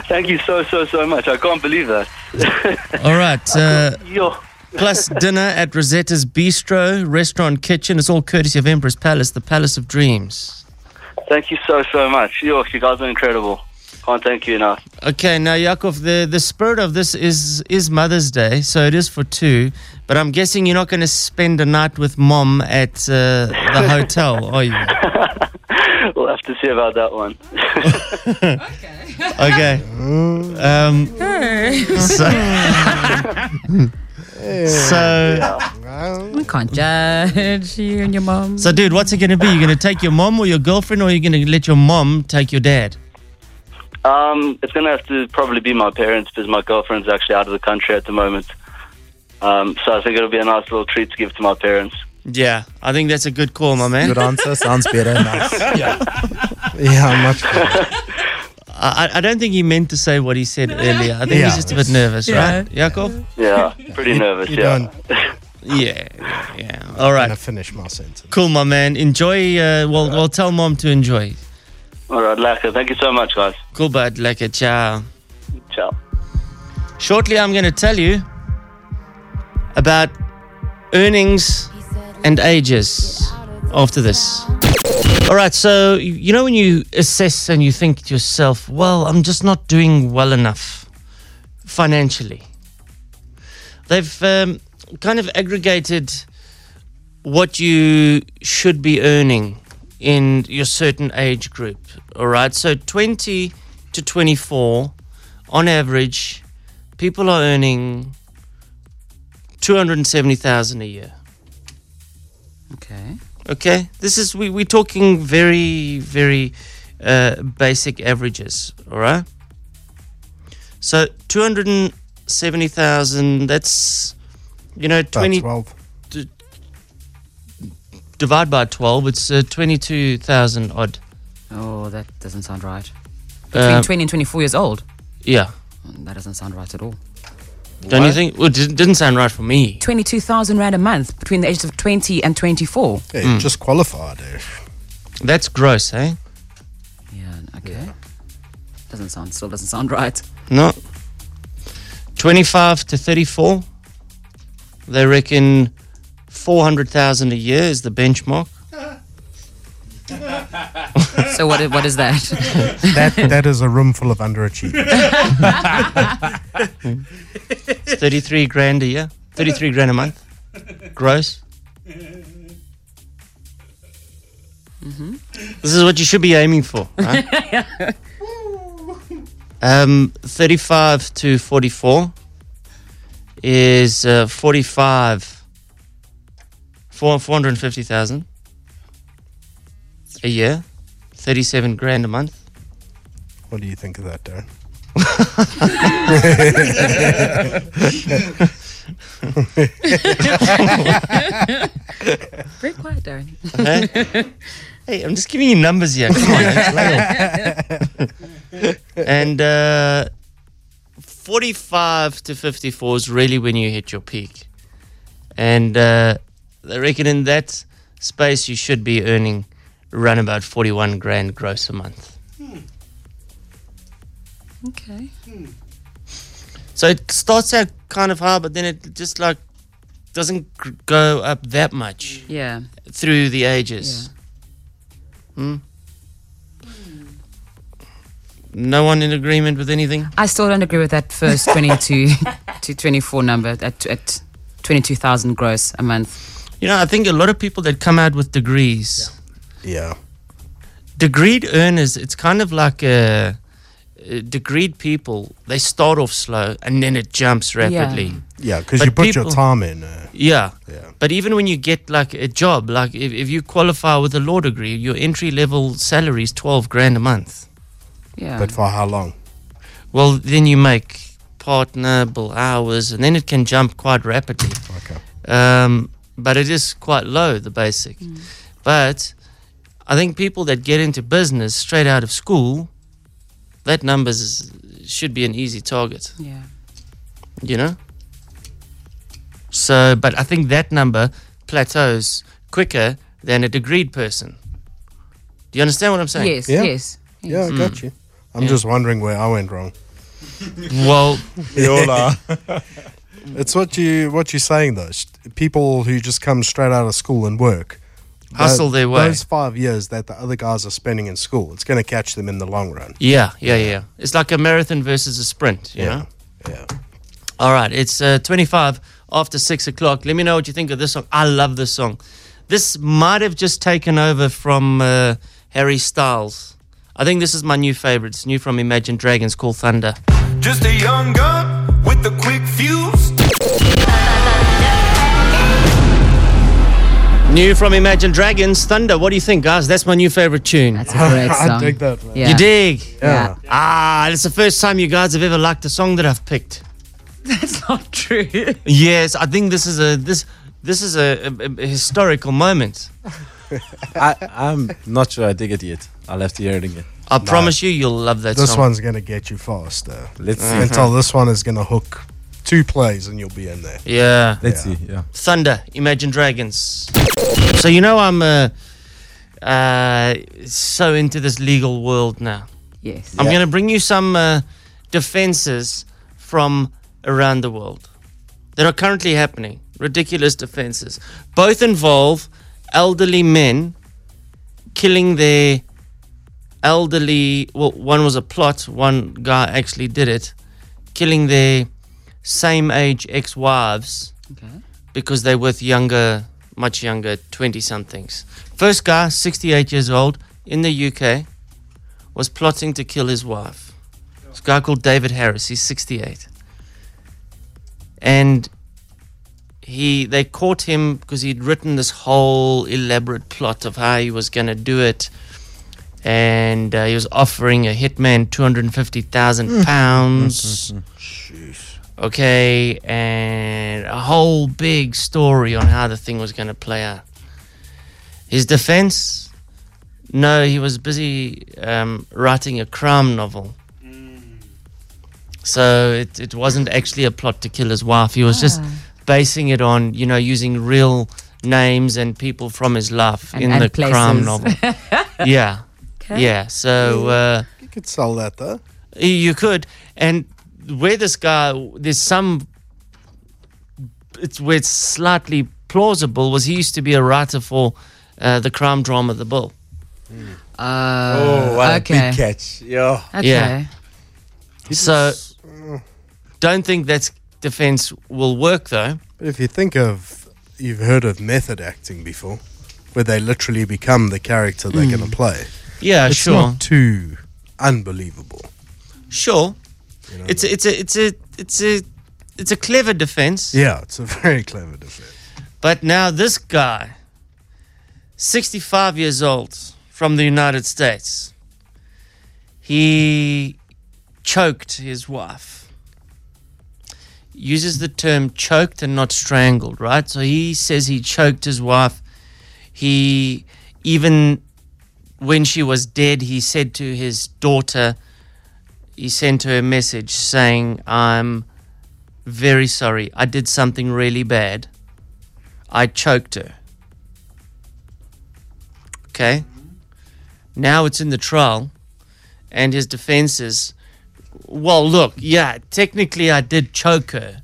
[SPEAKER 18] (laughs) Thank you so so so much. I can't believe that. (laughs)
[SPEAKER 4] All right. Uh,
[SPEAKER 18] Yo.
[SPEAKER 4] plus dinner at Rosetta's Bistro, restaurant, kitchen. It's all courtesy of Empress Palace, the Palace of Dreams.
[SPEAKER 18] Thank you so so much. Yo, you guys are incredible. Can't thank you enough. (laughs)
[SPEAKER 4] Okay, now Yakov, the, the spirit of this is is Mother's Day, so it is for two. But I'm guessing you're not going to spend a night with mom at uh, the hotel, are you?
[SPEAKER 18] We'll have to see about that one.
[SPEAKER 4] Okay. Um, so, so,
[SPEAKER 5] We can't judge Uh, you and your mom.
[SPEAKER 4] so, dude, what's it going to be? You're going to take your mom or your girlfriend, or you're going to let your mom take your dad?
[SPEAKER 18] Um, it's going to have to probably be my parents because my girlfriend's actually out of the country at the moment. Um, so I think it'll be a nice little treat to give to my parents.
[SPEAKER 4] Yeah, I think that's a good call, my man.
[SPEAKER 6] Good answer. Sounds
[SPEAKER 4] (laughs)
[SPEAKER 6] better. Nice.
[SPEAKER 4] yeah.
[SPEAKER 6] Yeah, much better.
[SPEAKER 4] I, I don't think he meant to say what he said earlier. I think
[SPEAKER 18] Yeah.
[SPEAKER 4] he's just a bit nervous,
[SPEAKER 18] Yeah.
[SPEAKER 4] right? Jakob?
[SPEAKER 7] (laughs)
[SPEAKER 18] Yeah, pretty nervous.
[SPEAKER 4] you
[SPEAKER 18] yeah.
[SPEAKER 4] don't- (laughs) Yeah, yeah, yeah. All right.
[SPEAKER 7] I finish my sentence.
[SPEAKER 4] Cool, my man. Enjoy. Uh, well, well, tell mom to enjoy.
[SPEAKER 18] All right, Laka. Thank you so much, guys.
[SPEAKER 4] Cool, bud. Like a ciao.
[SPEAKER 18] Ciao.
[SPEAKER 4] Shortly, I'm going to tell you about earnings and ages after this. All right, so you you know when you assess and you think to yourself, well, I'm just not doing well enough financially. They've um, kind of aggregated what you should be earning in your certain age group. All right, so 20 to 24, on average, people are earning 270,000 a year.
[SPEAKER 5] Okay.
[SPEAKER 4] Okay, this is we we're talking very very uh, basic averages. All right. So two hundred and seventy thousand. That's you know twenty. d- divide by twelve. It's uh, twenty two thousand odd.
[SPEAKER 5] Oh, that doesn't sound right. Between
[SPEAKER 4] Uh,
[SPEAKER 5] 20 and 24 years old.
[SPEAKER 4] yeah.
[SPEAKER 5] That doesn't sound right at all.
[SPEAKER 4] Don't you think? Well, it didn't- didn't sound right for me.
[SPEAKER 5] 22,000 Rand a month between the ages of 20 and 24.
[SPEAKER 4] Yeah, you Mm. just
[SPEAKER 5] qualified
[SPEAKER 7] eh?
[SPEAKER 5] there.
[SPEAKER 4] That's gross, eh?
[SPEAKER 5] Okay. Doesn't sound, still doesn't
[SPEAKER 6] (laughs)
[SPEAKER 5] sound right.
[SPEAKER 4] No. 25 to 34. They reckon 400,000 a year is the benchmark. (laughs)
[SPEAKER 5] so what, i- what is (laughs) that?
[SPEAKER 7] (laughs) That that is a room full of
[SPEAKER 4] (laughs)
[SPEAKER 7] underachievers.
[SPEAKER 4] 33 grand a year. 33 grand a month. Gross.
[SPEAKER 5] Mm-hmm.
[SPEAKER 4] This is what you should be aiming for. Right? um, 35 to 44 is uh, 45, four- 450,000 a year, 37 grand a month.
[SPEAKER 7] what do you think of that, Darren?
[SPEAKER 20] oh.
[SPEAKER 9] (laughs)
[SPEAKER 5] Very quiet, Darren.
[SPEAKER 16] (laughs)
[SPEAKER 4] Huh? (laughs) hey, I'm just giving you numbers here. Come on, it's low. and uh, 45 to 54 is really when you hit your peak. And uh, I reckon in that space, you should be earning around about 41 grand gross a month.
[SPEAKER 5] Hmm. Okay.
[SPEAKER 4] So it starts out kind of high, but then it just like doesn't gr- go up that much
[SPEAKER 5] Yeah.
[SPEAKER 4] through the ages. Hmm? No one in agreement with anything?
[SPEAKER 5] I still don't agree with that first (laughs) 22 to 24 number at, at 22,000 gross a month.
[SPEAKER 4] You know, I think a lot of people that come out with degrees.
[SPEAKER 7] (laughs) Yeah.
[SPEAKER 4] Degreed earners, it's kind of like a. Degreed people, they start off slow and then it jumps rapidly.
[SPEAKER 7] Yeah, because
[SPEAKER 4] But
[SPEAKER 7] you put your
[SPEAKER 4] people-
[SPEAKER 7] time in. Uh,
[SPEAKER 4] Yeah. But even when you get like a job, like if, if you qualify with a law degree, your entry level salary is 12 grand a month.
[SPEAKER 5] Yeah.
[SPEAKER 7] But for how long?
[SPEAKER 4] Well, then you make partnerable hours and then it can jump quite rapidly. Okay. Um, but it is quite low, the basic.
[SPEAKER 5] Mm.
[SPEAKER 4] But I think people that get into business straight out of school, that numbers should be an easy target
[SPEAKER 5] Yeah.
[SPEAKER 4] you know. So, but I think that number plateaus quicker than a degreed person. Do you understand what I'm saying?
[SPEAKER 5] Yes, Yeah. yes,
[SPEAKER 7] Yeah, I
[SPEAKER 4] Mm.
[SPEAKER 7] got you. I'm
[SPEAKER 4] Yeah.
[SPEAKER 7] just wondering where I went wrong.
[SPEAKER 4] (laughs)
[SPEAKER 7] (laughs)
[SPEAKER 4] Well,
[SPEAKER 7] We all
[SPEAKER 4] (laughs)
[SPEAKER 7] are. it's what you what you're saying though. S- People who just come straight out of school and work,
[SPEAKER 4] Hustle
[SPEAKER 7] tho-
[SPEAKER 4] their way.
[SPEAKER 7] Those five years that the other guys are spending in school, it's going to catch them in the long run.
[SPEAKER 4] Yeah, yeah,
[SPEAKER 7] (laughs)
[SPEAKER 4] yeah. It's like a marathon versus a sprint, you
[SPEAKER 7] Yeah,
[SPEAKER 4] know? Yeah. All right, it's uh, 25 after 6 o'clock. Let me know what you think of this song. I love this song. This might have just taken over from uh, Harry Styles. I think this is my new favorite. It's new from Imagine Dragons called Thunder.
[SPEAKER 2] Just a young gun with a quick fuse.
[SPEAKER 4] New from Imagine Dragons, Thunder. What do you think, guys? That's my new favorite tune. That's
[SPEAKER 5] a
[SPEAKER 7] (laughs)
[SPEAKER 5] great I song. dig
[SPEAKER 7] that,
[SPEAKER 5] man. Yeah.
[SPEAKER 4] You dig?
[SPEAKER 5] Yeah.
[SPEAKER 4] Ah, it's the first time you guys have ever liked a song that I've picked.
[SPEAKER 5] (laughs) That's not true.
[SPEAKER 4] Yes, I think this is a this this is a, a, a historical moment.
[SPEAKER 6] I, I'm not sure I dig it yet. I'll have to hear it again.
[SPEAKER 4] I promise you, you'll love that.
[SPEAKER 7] This
[SPEAKER 4] song.
[SPEAKER 7] one's gonna get you fast though.
[SPEAKER 6] Let's
[SPEAKER 4] Uh-huh.
[SPEAKER 6] see.
[SPEAKER 7] Until this one is gonna hook two plays and you'll be in there.
[SPEAKER 4] Yeah.
[SPEAKER 6] Let's see. Yeah.
[SPEAKER 4] Thunder, Imagine Dragons. So you know I'm uh, uh, so into this legal world now.
[SPEAKER 5] Yes.
[SPEAKER 4] I'm
[SPEAKER 5] Yeah.
[SPEAKER 4] going to bring you some uh, defenses from around the world that are currently happening. Ridiculous defenses. Both involve elderly men killing their elderly. Well, one was a plot. One guy actually did it, killing their same age ex-wives because they're with younger, much younger, 20 somethings. First guy, 68 years old, in the UK, was plotting to kill his wife. This guy called David Harris, he's 68. And he they caught him because he'd written this whole elaborate plot of how he was going to do it. And uh, he was offering a hitman 250,000 pounds okay, and a whole big story on how the thing was going to play out. His defense? No, he was busy um, writing a crime novel. So it, it wasn't actually a plot to kill his wife. He was
[SPEAKER 5] Ah.
[SPEAKER 4] just basing it on, you know, using real names and people from his life
[SPEAKER 5] And-
[SPEAKER 4] in
[SPEAKER 5] and
[SPEAKER 4] the crime
[SPEAKER 5] places.
[SPEAKER 4] novel.
[SPEAKER 5] (laughs)
[SPEAKER 4] yeah.
[SPEAKER 5] Okay.
[SPEAKER 4] Yeah. So. Uh,
[SPEAKER 7] You could sell that though.
[SPEAKER 4] you could. And where this guy, there's some, it's where it's slightly plausible, was he used to be a writer for uh, the crime drama The Bull.
[SPEAKER 5] Uh,
[SPEAKER 6] Oh, what a
[SPEAKER 5] okay.
[SPEAKER 6] big catch. Yeah. uh,
[SPEAKER 4] Yeah. So don't think that defense will work, though.
[SPEAKER 7] But if you think of, you've heard of method acting before, where they literally become the character they're
[SPEAKER 4] Mm.
[SPEAKER 7] going to play.
[SPEAKER 4] Yeah,
[SPEAKER 7] it's
[SPEAKER 4] sure.
[SPEAKER 7] Not too unbelievable.
[SPEAKER 4] Sure. It's a, it's a it's a it's a it's a clever defense.
[SPEAKER 7] Yeah, it's a very clever defense.
[SPEAKER 4] But now this guy, 65 years old from the United States, he choked his wife. Uses the term choked and not strangled, right? So he says he choked his wife. He even when she was dead, he said to his daughter, he sent her a message saying, I'm very sorry. I did something really bad. I choked her. Okay? Now it's in the trial, and his defense is well, look, yeah, technically I did choke her,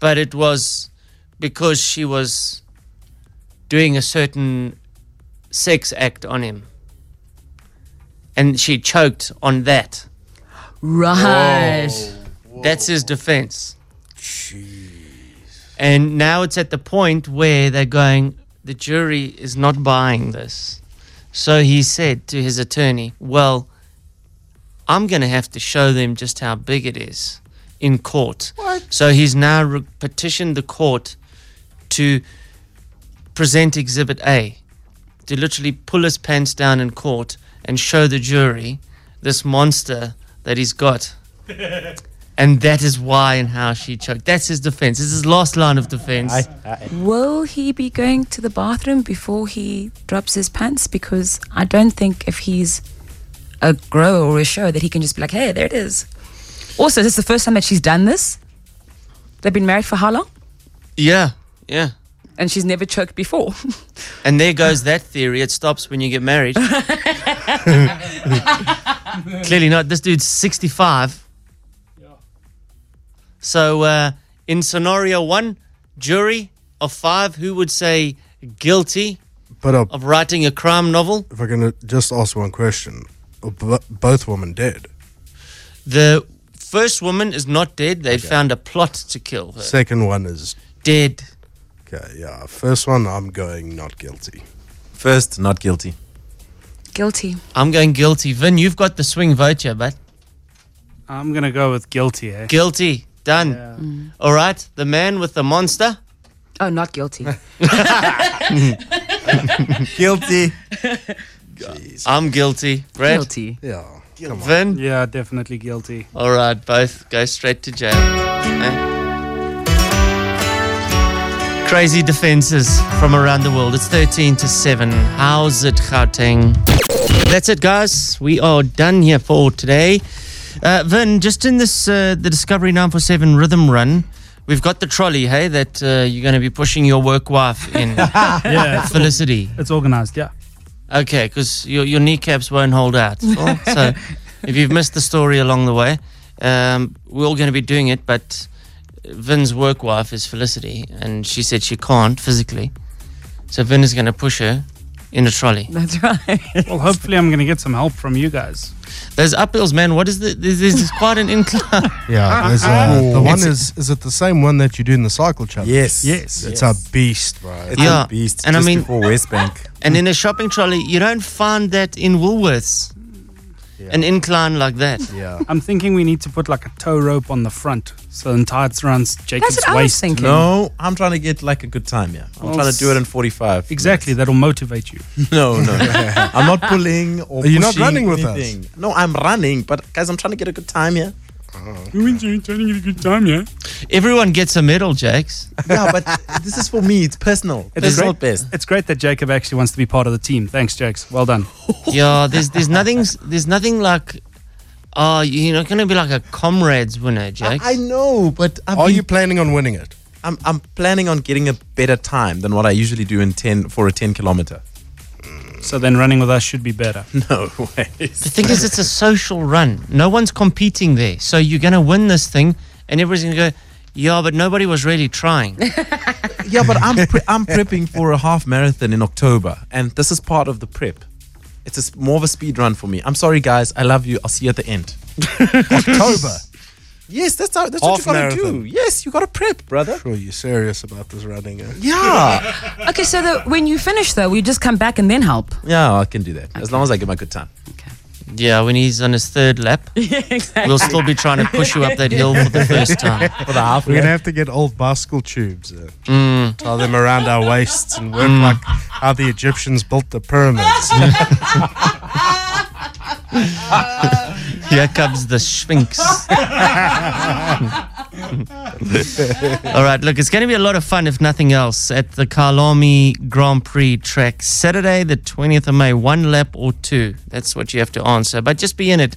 [SPEAKER 4] but it was because she was doing a certain sex act on him. And she choked on that.
[SPEAKER 5] Right.
[SPEAKER 4] That's his defense. And now it's at the point where they're going, the jury is not buying this. So he said to his attorney, Well, I'm going to have to show them just how big it is in court. So he's now re- petitioned the court to present Exhibit A, to literally pull his pants down in court and show the jury this monster that he's got. And that is why and how she choked. That's his defense. It's his last line of defense.
[SPEAKER 5] Will he be going to the bathroom before he drops his pants? Because I don't think if he's a grower or a show that he can just be like, hey, there it is. Also, this is the first time that she's done this. They've been married for how long?
[SPEAKER 4] yeah, yeah.
[SPEAKER 5] And she's never choked before. (laughs)
[SPEAKER 4] And there goes that theory. It stops when you get married. Clearly not. This dude's 65. So, uh, in scenario one, jury of five, who would say guilty
[SPEAKER 7] But uh,
[SPEAKER 4] of writing a crime novel?
[SPEAKER 7] if I can uh, just ask one question, Are bo- both women dead.
[SPEAKER 4] The first woman is not dead. They found a plot to kill her.
[SPEAKER 7] Second one is
[SPEAKER 4] dead.
[SPEAKER 7] Okay, yeah. First one, I'm going not guilty.
[SPEAKER 6] First, not guilty.
[SPEAKER 5] Guilty.
[SPEAKER 4] I'm going guilty. Vin, you've got the swing vote here, but
[SPEAKER 8] I'm gonna go with guilty. Eh?
[SPEAKER 4] guilty. Done. (laughs) All right. The man with the monster.
[SPEAKER 5] Oh, not guilty.
[SPEAKER 4] guilty. I'm guilty. Brad?
[SPEAKER 22] Guilty.
[SPEAKER 7] Yeah.
[SPEAKER 4] Vin?
[SPEAKER 22] Yeah, definitely guilty.
[SPEAKER 4] All right, both go straight to jail. Eh? Crazy defenses from around the world. It's 13 to 7. How's it, Gauteng? That's it, guys. We are done here for today. Uh, Vin, just in this uh, the Discovery 947 rhythm run, we've got the trolley, hey, that uh, you're going to be pushing your work wife in.
[SPEAKER 22] Yeah, it's all-
[SPEAKER 4] Felicity.
[SPEAKER 22] It's organized, yeah.
[SPEAKER 4] Okay, because your, your kneecaps won't hold out. Well, so if you've missed the story along the way, um, we're all going to be doing it, but Vin's work wife is Felicity, and she said she can't physically. So Vin is going to push her in a trolley.
[SPEAKER 22] That's right. (laughs) well, hopefully, I'm going to get some help from you guys.
[SPEAKER 4] There's uphills, man. What is the? This is quite
[SPEAKER 22] (laughs)
[SPEAKER 4] an incline.
[SPEAKER 7] Yeah, there's, uh, the one is is it the same one that you do in the cycle challenge?
[SPEAKER 4] Yes. Yes.
[SPEAKER 7] It's
[SPEAKER 4] Yes.
[SPEAKER 7] a beast, bro.
[SPEAKER 4] and I mean, (laughs) And in a shopping trolley, you don't find that in Woolworths. An incline like that.
[SPEAKER 7] Yeah.
[SPEAKER 22] I'm thinking we need to put like a tow rope on the front so then tie it around Jacob's
[SPEAKER 6] what I was
[SPEAKER 22] waist.
[SPEAKER 6] thinking. No, I'm trying to get like a good time, yeah. I'm trying to do it in 45.
[SPEAKER 22] Exactly, that'll motivate you.
[SPEAKER 6] (laughs)
[SPEAKER 22] (laughs)
[SPEAKER 6] No, no. I'm not pulling or
[SPEAKER 22] Are you not
[SPEAKER 6] pushing
[SPEAKER 22] running with us?
[SPEAKER 6] anything. No, I'm running, but guys, I'm trying to get a good time here.
[SPEAKER 22] You're trying to get a good time, yeah?
[SPEAKER 4] Everyone gets a medal, Jakes.
[SPEAKER 6] yeah, but this is for me. It's personal.
[SPEAKER 22] It
[SPEAKER 6] This
[SPEAKER 22] is
[SPEAKER 6] is
[SPEAKER 22] great. It's great that Jacob actually wants to be part of the team. Thanks, Jakes. Well done.
[SPEAKER 4] yeah, there's there's nothing there's nothing like oh you're not gonna be like a comrades winner, Jake.
[SPEAKER 6] I know, but i are you
[SPEAKER 7] planning on winning it?
[SPEAKER 6] I'm I'm planning on getting a better time than what I usually do in ten for a ten kilometer.
[SPEAKER 22] So then running with us should be better.
[SPEAKER 6] (laughs) No way.
[SPEAKER 4] the thing is it's a social run. No one's competing there. So you're gonna win this thing and everybody's gonna go, Yeah, but nobody was really trying.
[SPEAKER 6] yeah, but I'm pre-
[SPEAKER 7] (laughs)
[SPEAKER 6] I'm prepping for a half marathon in October, and this is part of the prep. It's a s more of a speed run for me. I'm sorry, guys. I love you. I'll see you at the end.
[SPEAKER 7] (laughs) October.
[SPEAKER 6] Yes, that's how, that's
[SPEAKER 7] Half
[SPEAKER 6] what you gotta
[SPEAKER 7] marathon.
[SPEAKER 6] do. Yes, you gotta prep, brother.
[SPEAKER 7] Sure, you're serious about this running. eh? (laughs)
[SPEAKER 5] okay, so that when you finish though, we just come back and then help.
[SPEAKER 6] Yeah, I can do that as long as I get my good time.
[SPEAKER 4] yeah, when he's on his third lap,
[SPEAKER 5] exactly.
[SPEAKER 4] we'll still be trying to push you up that hill for the
[SPEAKER 6] (laughs)
[SPEAKER 7] (laughs)
[SPEAKER 4] first time.
[SPEAKER 7] We're gonna have to get old bicycle tubes. Uh,
[SPEAKER 4] Mm.
[SPEAKER 7] Tie them around our waists and work like how the Egyptians built the
[SPEAKER 6] (laughs)
[SPEAKER 7] pyramids.
[SPEAKER 4] Here comes the Sphinx.
[SPEAKER 24] (laughs)
[SPEAKER 4] (laughs) All right, look, it's going to be a lot of fun, if nothing else, at the Kalami Grand Prix track Saturday, the 20th of May. One lap or two. That's what you have to answer. But just be in it.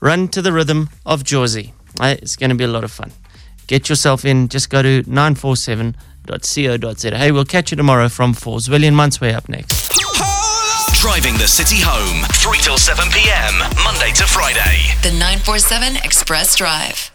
[SPEAKER 4] Run to the rhythm of Jersey. Uh, It's going to be a lot of fun. Get yourself in. Just go to 947.co.za. Hey, we'll catch you tomorrow from 4. Zwillian Mansway up next.
[SPEAKER 1] Driving the city home, 3 till 7 p.m., Monday to Friday.
[SPEAKER 16] The 947 Express Drive.